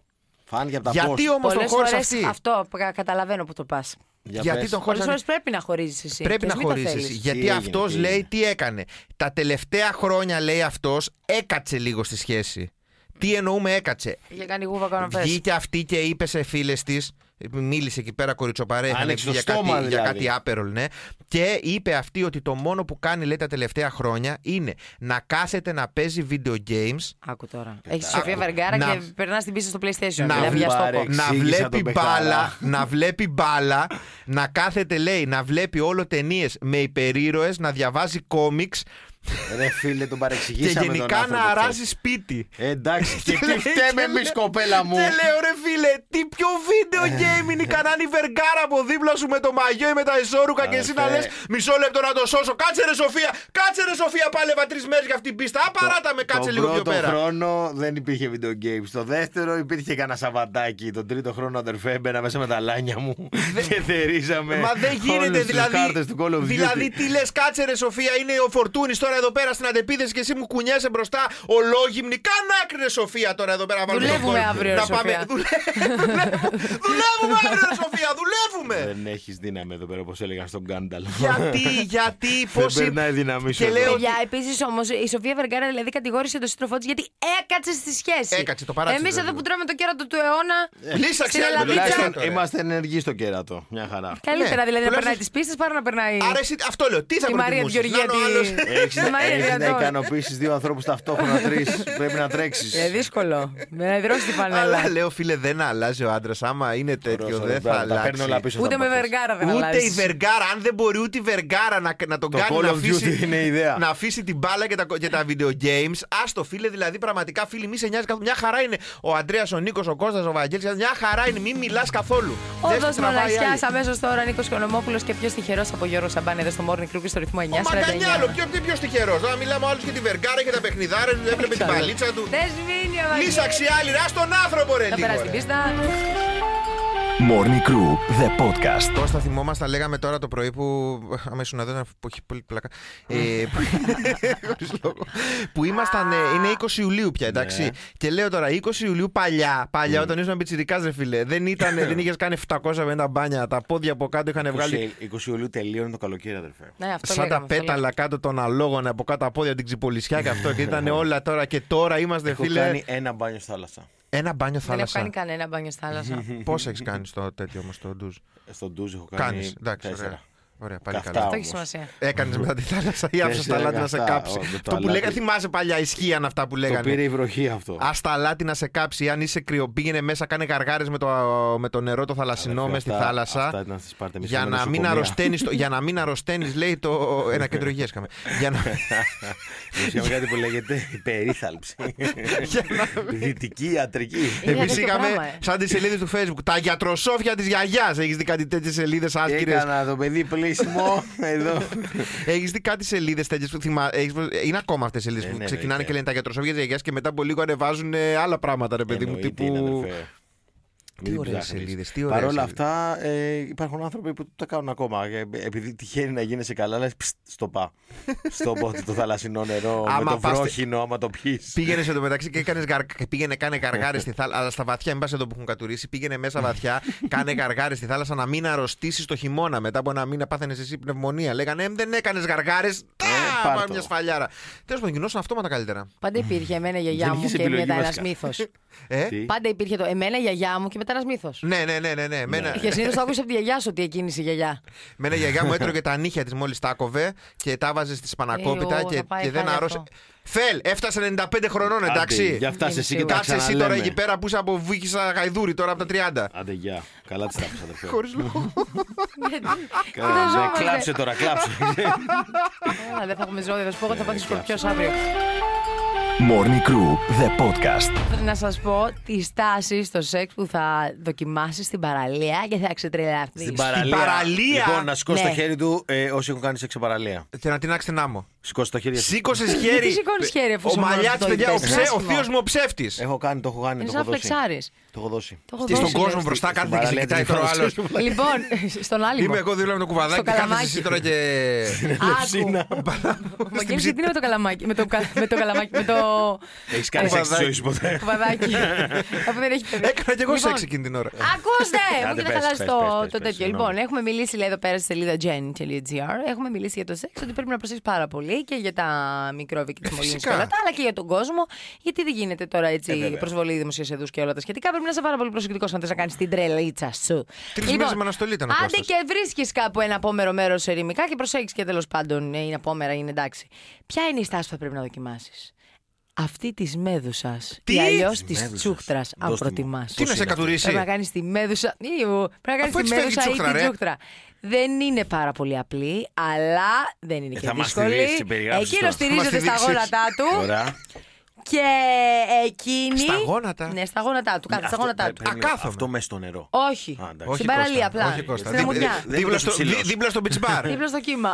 Speaker 3: Φάνηκε από τα
Speaker 4: Γιατί
Speaker 3: post.
Speaker 4: όμως τον
Speaker 5: Πολλές
Speaker 4: χώρισε
Speaker 5: φορές
Speaker 4: αυτή.
Speaker 5: Αυτό κα- καταλαβαίνω που το πας.
Speaker 3: Για
Speaker 4: Γιατί
Speaker 3: πες.
Speaker 4: τον
Speaker 5: Πολλέ
Speaker 4: χώρισε
Speaker 5: φορές πρέπει να χωρίζεις εσύ.
Speaker 4: Πρέπει
Speaker 5: και
Speaker 4: να
Speaker 5: μην το
Speaker 4: χωρίσει.
Speaker 5: θέλεις.
Speaker 3: Τι
Speaker 4: Γιατί
Speaker 3: έγινε,
Speaker 4: αυτός
Speaker 3: τι
Speaker 4: λέει
Speaker 3: έγινε.
Speaker 4: τι έκανε. Τα τελευταία χρόνια λέει αυτός έκατσε λίγο στη σχέση. Τι εννοούμε έκατσε.
Speaker 5: Για κάνει γούβα κανονικά.
Speaker 4: Βγήκε αυτή και είπε σε φίλες της. Μίλησε εκεί πέρα κοριτσοπαρέ. είχαν
Speaker 3: Άνοιξε
Speaker 4: βγει
Speaker 3: το
Speaker 4: για, κάτι,
Speaker 3: στόμα,
Speaker 4: για
Speaker 3: δηλαδή.
Speaker 4: κάτι άπερολ, ναι. Και είπε αυτή ότι το μόνο που κάνει λέει τα τελευταία χρόνια είναι να κάθεται να παίζει video games.
Speaker 5: Άκου τώρα. Έχεις τη Σοφία Βεργάρα
Speaker 4: Ε, Να-
Speaker 5: και περνάς την πίστη στο
Speaker 4: Να
Speaker 5: PlayStation. δηλαδή,
Speaker 4: βγει
Speaker 5: για στόχο.
Speaker 3: παρέξ.
Speaker 4: να
Speaker 3: Εξήγησα
Speaker 4: βλέπει
Speaker 3: τον
Speaker 4: μπάλα,
Speaker 3: Μπεκαρά.
Speaker 4: να βλέπει μπάλα, να κάθεται λέει, να βλέπει όλο ταινίες με υπερήρωες, να διαβάζει κόμιξ
Speaker 3: Ρε φίλε, τον
Speaker 4: Και
Speaker 3: παρεξηγήσαμε. τον
Speaker 4: γενικά
Speaker 3: άνθρωπο
Speaker 4: να
Speaker 3: χθες.
Speaker 4: αράζεις σπίτι.
Speaker 3: Ε, Εντάξει, και
Speaker 4: λέει-
Speaker 3: τι
Speaker 4: και
Speaker 3: φταίμε εμείς,
Speaker 4: λέει-
Speaker 3: κοπέλα μου. Ε.
Speaker 4: Και λέω ρε φίλε, τι πιο βίντεο game είναι η κανάνη βεργάρα από δίπλα σου με το μαγιό ή με τα ισόρουκα και εσύ να λε
Speaker 3: Αδερφέ.
Speaker 4: μισό λεπτό να το σώσω. Κάτσε ρε Σοφία, κάτσε ρε Σοφία, πάλευα τρει μέρες για αυτήν την πίστα. Απαράτα με, κάτσε λίγο πιο
Speaker 3: Τον πρώτο
Speaker 4: πέρα.
Speaker 3: χρόνο δεν υπήρχε video games. Το δεύτερο υπήρχε κανένα σαβαντάκι. Τον τρίτο χρόνο, αδερφέ, μπαίνα μέσα με τα λάνια μου και θερίζαμε.
Speaker 4: Μα δεν γίνεται
Speaker 3: Ε, όλες τις
Speaker 4: δηλαδή.
Speaker 3: κάρτες του Call of Duty.
Speaker 4: δηλαδή, τι λες, κάτσε ρε Σοφία, είναι ο Φορτούνης τώρα εδώ πέρα στην αντεπίδεση και εσύ μου κουνιέσαι μπροστά ολόγυμνη. Καν άκρη ρε Σοφία τώρα εδώ πέρα. να βάλουμε τον
Speaker 5: Δουλεύουμε
Speaker 4: κόλπο.
Speaker 5: αύριο, ρε
Speaker 4: να πάμε.
Speaker 5: Σοφία.
Speaker 4: Δουλεύουμε- Δουλεύουμε αύριο, ρε Σοφία,
Speaker 5: Ε.
Speaker 4: δουλεύουμε.
Speaker 3: Δεν έχεις δύναμη εδώ πέρα, όπως έλεγαν στον Γκάνταλ.
Speaker 4: Γιατί, γιατί,
Speaker 3: Δεν
Speaker 4: πώ.
Speaker 3: περνάει η δύναμη σου.
Speaker 4: Και
Speaker 3: εδώ.
Speaker 4: λέω-
Speaker 5: Παιδιά, επίσης όμως η Σοφία Βεργάρα δηλαδή κατηγόρησε τον σύντροφό της γιατί έκατσε στη σχέση.
Speaker 4: Έκατσε, το παράτησε,
Speaker 5: Εμείς
Speaker 4: βέβαια. Ε,
Speaker 5: εδώ που τρώμε το κέρατο του αιώνα.
Speaker 4: Λύσαξε
Speaker 5: Στην
Speaker 4: άλλη
Speaker 5: Ελλαδίτσα.
Speaker 4: δουλειά,
Speaker 3: Τουλάχιστον
Speaker 4: τώρα.
Speaker 3: είμαστε ενεργοί στο κέρατο. Μια χαρά.
Speaker 5: Καλύτερα
Speaker 4: Ναι,
Speaker 5: δηλαδή να
Speaker 4: τουλάχιστον-
Speaker 5: περνάει τις πίστες παρά να περνάει.
Speaker 4: Άρα εσύ αυτό λέω. Τι θα
Speaker 5: Τη Μαρία
Speaker 4: προτιμούσες, να
Speaker 5: Γεωργιέτη.
Speaker 4: είναι ο άλλος-
Speaker 3: Έχεις
Speaker 5: Μα είναι
Speaker 3: έχεις να
Speaker 5: δυνατόν.
Speaker 3: ικανοποιήσεις δύο ανθρώπους ταυτόχρονα τρεις. Πρέπει να
Speaker 5: Ε,
Speaker 3: τρέξει.
Speaker 5: δύσκολο. Με να δρώσει τη φανέλα.
Speaker 4: Αλλά λέω φίλε δεν αλλάζει ο άντρας. Άμα είναι τέτοιο δεν θα
Speaker 3: Τα παίρνω όλα
Speaker 4: αλλάξει.
Speaker 3: πίσω.
Speaker 5: Ούτε
Speaker 3: στα
Speaker 5: με
Speaker 3: μπαθές.
Speaker 5: Βεργάρα δεν
Speaker 4: Ούτε η
Speaker 5: αλλάζεις.
Speaker 4: Βεργάρα, αν δεν μπορεί ούτε η Βεργάρα να, να τον
Speaker 3: Το
Speaker 4: κάνει
Speaker 3: Call
Speaker 4: να
Speaker 3: of
Speaker 4: αφήσει,
Speaker 3: Duty είναι η ιδέα.
Speaker 4: να αφήσει την μπάλα και τα, και τα video games. Άστο φίλε, δηλαδή πραγματικά φίλοι, μη σε νοιάζει καθόλου. Μια χαρά είναι ο Αντρέας, ο Νίκος, ο Κώστας, ο Βαγγέλης Μια χαρά είναι, μην μιλάς καθόλου. Δες
Speaker 5: Όδο
Speaker 4: τι τραβάει η άλλη.
Speaker 5: μοναχιά αμέσως τώρα Νίκος Κονομόπουλο και πιο τυχερό από Γιώργο Σαμπάνη εδώ στο Morning Crew και στο ρυθμό 9.
Speaker 4: Ο Μακανιάλο, ποιο πιο τυχερό. Να μιλάμε άλλου για τη Βεργάρα και τα παιχνιδάρα, δεν έβλεπε την παλίτσα του.
Speaker 5: Δεν σβήνει ο
Speaker 4: Λύσαξε η άλλη, ρα τον άνθρωπο ρε
Speaker 5: Θα
Speaker 4: λίγο. ρε.
Speaker 5: περάσει την πίστα.
Speaker 2: Morning Crew, the podcast.
Speaker 4: Πώς θα θυμόμαστε, λέγαμε τώρα το πρωί που. Αμέσω να δω να- που έχει πολύ πλάκα. Ε, που... χωρίς λόγο. που ήμασταν. ε, είναι 20 Ιουλίου πια, εντάξει.
Speaker 5: Ναι.
Speaker 4: Και λέω τώρα, 20 Ιουλίου παλιά, παλιά όταν ήσουν πιτσιρικάς, ρε φίλε. Δεν, ήταν, δεν είχες κάνει 750 μπάνια. Τα πόδια από κάτω
Speaker 3: Ε,
Speaker 4: είχαν βγάλει.
Speaker 3: 20 Ιουλίου τελείωνε το καλοκαίρι, αδερφέ.
Speaker 5: Ναι, αυτό
Speaker 4: Σαν τα
Speaker 5: λέγαμε, αυτό
Speaker 4: πέταλα κάτω των αλόγων από κάτω τα πόδια την ξυπολισιά και αυτό. Και ήταν όλα τώρα και τώρα είμαστε,
Speaker 3: Έχω
Speaker 4: φίλε.
Speaker 3: κάνει ένα μπάνιο στη θάλασσα.
Speaker 4: Ένα μπάνιο
Speaker 5: λέγαμε. Δεν έχω κάνει
Speaker 4: θάλασσα.
Speaker 5: κανένα μπάνιο στη θάλασσα.
Speaker 4: Πόσα έχεις κάνει στο τέτοιο όμως το ντουζ.
Speaker 3: Ε, Στον ντουζ έχω κάνεις.
Speaker 4: Κάνει. Εντάξει, ωραία.
Speaker 3: τέσσερα.
Speaker 4: Ωραία, πάλι
Speaker 3: Καυτά,
Speaker 4: καλά.
Speaker 5: Αυτό
Speaker 3: Όμως.
Speaker 5: έχει σημασία.
Speaker 4: Έκανες μετά τη θάλασσα ή άφησες τα
Speaker 3: Τέσσερα
Speaker 4: λάτι να σε
Speaker 3: καυτά,
Speaker 4: κάψει.
Speaker 3: ό, με το
Speaker 4: Αυτό που
Speaker 3: αλάτι.
Speaker 4: λέγανε, θυμάσαι παλιά, ισχύαν αυτά που
Speaker 3: Το πήρε
Speaker 4: λέγανε.
Speaker 3: η βροχή αυτό.
Speaker 4: Ας τα λάτι να σε κάψει, αν είσαι κρύο, πήγαινε μέσα, κάνε γαργάρες με το, με το νερό το θαλασσινό
Speaker 3: Αδερφέ,
Speaker 4: μέσα στη
Speaker 3: αυτά-
Speaker 4: θάλασσα.
Speaker 3: αυτά ήταν στη Σπάρτα, εμείς
Speaker 4: για,
Speaker 3: είχαμε
Speaker 4: να μην
Speaker 3: νοσοκομεία.
Speaker 4: αρρωσταίνεις το- για να μην αρρωσταίνεις, λέει το. Ένα κέντρο υγείας είχαμε. Για να,
Speaker 3: Είχαμε κάτι που λέγεται υπερήθαλψη.
Speaker 4: για να-
Speaker 3: Δυτική ιατρική.
Speaker 5: Είναι
Speaker 4: Εμείς
Speaker 5: τέτοιο πράγμα,
Speaker 4: είχαμε
Speaker 5: ε.
Speaker 4: σαν τις σελίδες του Facebook. Τα γιατροσόφια της γιαγιάς. Έχεις δει κάτι τέτοιες σελίδες άσχηρε.
Speaker 3: Έκανα το παιδί πλήσιμο εδώ.
Speaker 4: Έχεις δει κάτι σελίδες τέτοιες που θυμά... έχεις... Είναι ακόμα αυτές οι σελίδες
Speaker 3: Ε,
Speaker 4: που
Speaker 3: ναι,
Speaker 4: ξεκινάνε
Speaker 3: βέβαια.
Speaker 4: και λένε τα γιατροσόβια της γιαγιάς και μετά από λίγο ανεβάζουν ε, άλλα πράγματα, ρε παιδί μου.
Speaker 3: Εννοείται,
Speaker 4: Τύπου.
Speaker 3: είναι, αδερφέ.
Speaker 4: Τι
Speaker 3: Μην
Speaker 4: ωραίες
Speaker 3: ψάχνεις.
Speaker 4: σελίδες, τι ωραίες
Speaker 3: Παρ' όλα
Speaker 4: σελίδες.
Speaker 3: αυτά ε, υπάρχουν άνθρωποι που τα κάνουν ακόμα. Ε, Επειδή τυχαίνει να γίνεσαι καλά, λες «Πστ, στο πα. στο πα το θαλασσινό νερό,
Speaker 4: Άμα
Speaker 3: με το
Speaker 4: πας-
Speaker 3: βρόχινο, άμα το πιει.
Speaker 4: Πήγαινε σε το μεταξύ και έκανες γαρ... πήγαινε, κάνε γαργάρες στη θάλασσα. Αλλά στα βαθιά, μην πας εδώ που έχουν κατουρίσει. Πήγαινε μέσα βαθιά, κάνε γαργάρες στη θάλασσα να μην αρρωστήσεις το χειμώνα. Μετά από ένα μήνα πάθαινες εσύ πνευμονία. Λέγανε «Ε, δεν έκανες γαργάρες.
Speaker 3: πάρ'
Speaker 4: πάμε
Speaker 3: το.
Speaker 4: μια σφαλιάρα. Τέλος πάντων, γινώσαν αυτόματα καλύτερα.
Speaker 5: Πάντα υπήρχε εμένα η γιαγιά
Speaker 3: Δεν
Speaker 5: μου
Speaker 3: είχες
Speaker 5: και
Speaker 3: επιλογή
Speaker 5: μετά ένας
Speaker 3: βασικά.
Speaker 5: μύθος.
Speaker 4: Ε?
Speaker 3: Τι?
Speaker 5: Πάντα υπήρχε το εμένα η γιαγιά μου και μετά ένα μύθος.
Speaker 4: Ναι, ναι, ναι, ναι. ναι. Μένα...
Speaker 5: Και συνήθως το άκουσα από τη γιαγιά σου ότι εκείνη η γιαγιά.
Speaker 4: Μένα η γιαγιά μου έτρωγε τα νύχια της μόλις τα κόβε και τα βάζε στη σπανακόπιτα
Speaker 5: Ε, ω,
Speaker 4: και,
Speaker 5: θα πάει
Speaker 4: και δεν
Speaker 5: χάλια
Speaker 4: άρρωσε.
Speaker 5: αυτό.
Speaker 4: Φελ, έφτασε 95 χρονών,
Speaker 3: Άντε,
Speaker 4: εντάξει.
Speaker 3: Για αυτά εσύ και τα
Speaker 4: Κάτσε εσύ τώρα
Speaker 3: ξαναλέμε.
Speaker 4: εκεί πέρα που είσαι από βύχησα γαϊδούρι τώρα από τα 30.
Speaker 3: Άντε, γεια. Καλά τι τα πες, αδερφέ.
Speaker 4: Χωρίς λόγο.
Speaker 3: Καλά, ναι,
Speaker 5: Φανταζόμαστε.
Speaker 3: Κλάψε τώρα, κλάψε.
Speaker 5: Α, δεν θα έχουμε ζώδιο. Θα σου πω εγώ θα πάθεις σκορπιός αύριο.
Speaker 2: Morning Crew, the podcast.
Speaker 5: Να σας πω τη στάση στο σεξ που θα δοκιμάσει στην παραλία και θα ξετρελαθεί.
Speaker 3: Στην παραλία.
Speaker 4: παραλία.
Speaker 3: Λοιπόν, να σηκώσει
Speaker 5: Ναι.
Speaker 3: το χέρι του ε, όσοι έχουν κάνει σεξ σε παραλία.
Speaker 4: Και να την άξει την άμμο.
Speaker 3: Σηκώσει το χέρι. σου.
Speaker 4: Σήκωσε χέρι.
Speaker 5: Τι σηκώνεις χέρι, αφού
Speaker 4: Ο
Speaker 5: σου
Speaker 4: μαλλιάς
Speaker 5: μόλις
Speaker 4: τη,
Speaker 5: το
Speaker 4: παιδιά, ο,
Speaker 5: είπες.
Speaker 4: ψε- ο
Speaker 5: Άσχημο.
Speaker 4: θείος μου ο ψεύτης.
Speaker 3: Έχω κάνει, το έχω κάνει.
Speaker 5: Είναι
Speaker 3: Το
Speaker 5: σαν
Speaker 3: έχω
Speaker 5: να
Speaker 3: δώσει.
Speaker 5: φλεξάρεις.
Speaker 3: Το έχω δώσει.
Speaker 5: Το έχω
Speaker 4: Και στον
Speaker 5: δώσει,
Speaker 4: κόσμο
Speaker 5: λες.
Speaker 4: μπροστά
Speaker 3: Στην
Speaker 4: κάθεται και σε
Speaker 3: παραλία
Speaker 4: κοιτάει
Speaker 3: της
Speaker 4: τώρα ο άλλο.
Speaker 3: Βαρουφάκης.
Speaker 5: Λοιπόν, στον άλλη.
Speaker 4: Είμαι εγώ δίπλα με το κουβαδάκι
Speaker 5: Στο
Speaker 4: και κάθεσαι
Speaker 5: καλαμάκι.
Speaker 4: εσύ τώρα και.
Speaker 5: Άκου. Ο Βαγγέλης γιατί είναι με το καλαμάκι. Με το, κα- με το καλαμάκι. Με το Ε,
Speaker 3: Έχεις κάνει σεξ στη ζωή σου ποτέ.
Speaker 5: κουβαδάκι. Αφού δεν έχεις παιδί.
Speaker 4: Έκανα κι εγώ
Speaker 5: Λοιπόν,
Speaker 4: σεξ εκείνη την ώρα.
Speaker 5: Ακούστε! Μου
Speaker 3: Άντε,
Speaker 5: έχετε
Speaker 3: πες,
Speaker 5: ναι, χαλάσει
Speaker 3: πες,
Speaker 5: το-
Speaker 3: πες, πες,
Speaker 5: το
Speaker 3: πες,
Speaker 5: τέτοιο.
Speaker 3: συγγνώμη.
Speaker 5: Λοιπόν, έχουμε μιλήσει λέει, εδώ πέρα στη σελίδα gen.gr. Έχουμε μιλήσει για το σεξ, ότι πρέπει να προσέξει πάρα πολύ και για τα μικρόβια
Speaker 3: Ε,
Speaker 5: και τι μολύνε και
Speaker 4: φυσικά.
Speaker 5: όλα τα άλλα και για τον κόσμο. Γιατί δεν γίνεται τώρα έτσι
Speaker 3: Ε, βέβαια.
Speaker 5: προσβολή δημοσίας εδούς και όλα τα σχετικά. Πρέπει να είσαι πάρα πολύ προσεκτικός αν θες να κάνεις την τρελίτσα σου. Λοιπόν,
Speaker 4: Τρεις μήνες με αναστολή ήταν ο
Speaker 5: Άντε
Speaker 4: Κώστας.
Speaker 5: και βρίσκεις κάπου ένα απόμερο μέρος ερημικά και προσέξεις και τέλος πάντων ε, είναι απόμερα, είναι εντάξει. Ποια είναι η στάση που θα πρέπει να δοκιμάσεις. αυτή της μέδουσας.
Speaker 4: Τι?
Speaker 5: Ή αλλιώς της
Speaker 3: μέδουσας.
Speaker 5: τσούχτρας, αν
Speaker 3: Δώσ' τη μου.
Speaker 5: προτιμάς.
Speaker 4: Τι να σε
Speaker 5: Πρέπει να
Speaker 4: κατουρίσει.
Speaker 5: κάνεις τη μέδουσα. Ιου, πρέπει να
Speaker 4: Αφού
Speaker 5: κάνει
Speaker 4: έτσι φεύγει
Speaker 5: τη
Speaker 4: η
Speaker 5: μέδουσα ή
Speaker 4: τσούχτρα,
Speaker 5: την
Speaker 4: ρε.
Speaker 5: τσούχτρα. Δεν είναι πάρα πολύ απλή, αλλά δεν είναι
Speaker 3: Ε,
Speaker 5: και
Speaker 3: θα μας τη
Speaker 5: δύσκολη.
Speaker 3: δείξεις, την περιγράψεις
Speaker 5: Εκείνο
Speaker 3: τώρα.
Speaker 4: Θα
Speaker 5: στηρίζεται
Speaker 4: μας τη
Speaker 5: στα
Speaker 4: δείξεις.
Speaker 5: γόνατά του
Speaker 3: Ωραία.
Speaker 5: και εκείνη.
Speaker 4: Στα γόνατα.
Speaker 5: Ναι, στα γόνατά του. Κάτσε στα
Speaker 3: Αυτό-
Speaker 5: γόνατά του.
Speaker 3: πρέπει να-
Speaker 4: Ακάθομαι.
Speaker 3: Αυτό μέσα στο νερό.
Speaker 5: Όχι.
Speaker 3: Α, εντάξει.
Speaker 5: Στην
Speaker 4: Όχι,
Speaker 5: παραλία
Speaker 4: Κώστα,
Speaker 5: απλά.
Speaker 4: όχι, Κώστα.
Speaker 5: Στην
Speaker 4: Δίπλα-
Speaker 5: αμμουδιά.
Speaker 3: Δεν είναι
Speaker 4: Δίπλα στο-
Speaker 3: ψηλός.
Speaker 4: δί- Δίπλα στο beach bar.
Speaker 5: Δίπλα στο κύμα.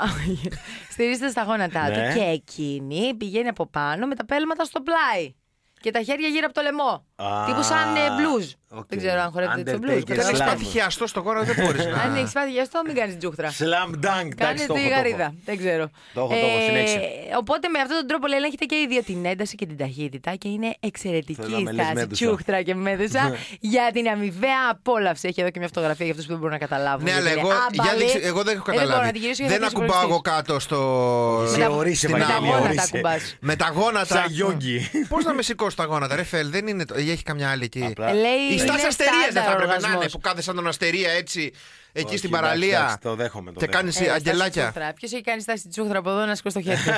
Speaker 5: Στηρίζεται στα γόνατά
Speaker 3: Ναι.
Speaker 5: του και εκείνη πηγαίνει από πάνω με τα πέλματα στο πλάι. Και τα χέρια γύρω από το λαιμό.
Speaker 3: Α,
Speaker 5: Τύπου σαν ε, blues.
Speaker 3: οκ.
Speaker 5: Δεν ξέρω αν χορεύετε το
Speaker 3: Undertaker.
Speaker 5: blues.
Speaker 4: Όταν έχεις
Speaker 5: καταλαβαίνεις.
Speaker 3: Σλάμ.
Speaker 4: πάθει χιαστό στο κόρο, δεν μπορείς να.
Speaker 5: Αν έχεις πάθει γι' αυτό, μην κάνεις τζούχτρα.
Speaker 3: Slam dunk.
Speaker 5: Κάνε
Speaker 3: εντάξει, το
Speaker 5: τη
Speaker 3: έχω, το έχω.
Speaker 5: γαρίδα. Δεν ξέρω. Ε,
Speaker 3: Το έχω, το έχω, συνέχισε.
Speaker 5: Οπότε με αυτόν τον τρόπο λέει, ελέγχεται και η ίδια την ένταση και την ταχύτητα και είναι
Speaker 3: Θέλω να
Speaker 5: εξαιρετική
Speaker 3: με λες
Speaker 5: η στάση.
Speaker 3: μέδουσα. Ναι.
Speaker 5: Τσούχτρα και μέδουσα για την αμοιβαία απόλαυση. Έχει εδώ και μια φωτογραφία για αυτούς που δεν μπορούν να καταλάβουν.
Speaker 4: Ναι, αλλά
Speaker 5: γιατί
Speaker 4: εγώ,
Speaker 5: είναι
Speaker 4: για
Speaker 5: άμπαλη.
Speaker 4: δείξε- εγώ δεν έχω
Speaker 5: Ε, μπορώ να
Speaker 4: καταλάβει.
Speaker 5: την γυρίσω και θα
Speaker 4: δεν
Speaker 5: κλείσω
Speaker 4: ακουμπάω
Speaker 5: χωρίς
Speaker 4: εγώ κάτω στο.
Speaker 5: Με
Speaker 3: Σε
Speaker 5: τα-
Speaker 3: ορίσε,
Speaker 5: με τα
Speaker 4: Βαγγέλη,
Speaker 5: γόνατα
Speaker 3: ορίσε.
Speaker 5: ακουμπάς.
Speaker 4: Με τα γόνατα.
Speaker 3: Σαν γιόγκι.
Speaker 4: Πώς να με σηκώσει τα γόνατα, ρε Φελ, δεν είναι. το- ή Έχει καμιά άλλη εκεί.
Speaker 3: Απλά-
Speaker 5: Λέει,
Speaker 4: Η στάση
Speaker 5: είναι
Speaker 4: αστερία δεν θα
Speaker 5: στάνταρ
Speaker 4: έπρεπε να είναι
Speaker 5: οργασμός.
Speaker 4: που κάθεσαι σαν τον αστερία έτσι εκεί
Speaker 3: Όχι, εντάξει,
Speaker 4: στην παραλία.
Speaker 3: εντάξει, το δέχομαι, το
Speaker 4: Και κάνεις
Speaker 5: Ε,
Speaker 4: αγγελάκια.
Speaker 5: Ποιος έχει κάνει στάση τσούχτρα από εδώ να σηκώσει το χέρι του.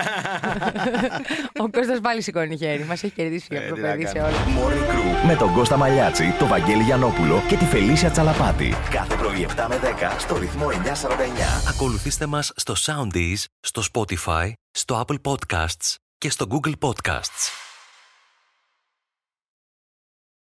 Speaker 5: Ο Κώστας πάλι σηκώνει χέρι. Μας έχει κερδίσει
Speaker 3: Ε,
Speaker 5: φίλε
Speaker 3: τι
Speaker 5: το
Speaker 3: να
Speaker 5: παιδί σε
Speaker 3: κάνουμε.
Speaker 5: όλα.
Speaker 2: Morning Crew με τον Κώστα Μαλιάτση, τον Βαγγέλη Γιανόπουλο και τη Φελίσια Τσαλαπάτη. Κάθε πρωί 7 με 10 στο ρυθμό 949.
Speaker 1: Ακολουθήστε μας στο Soundees, στο Spotify, στο Apple Podcasts και στο Google Podcasts.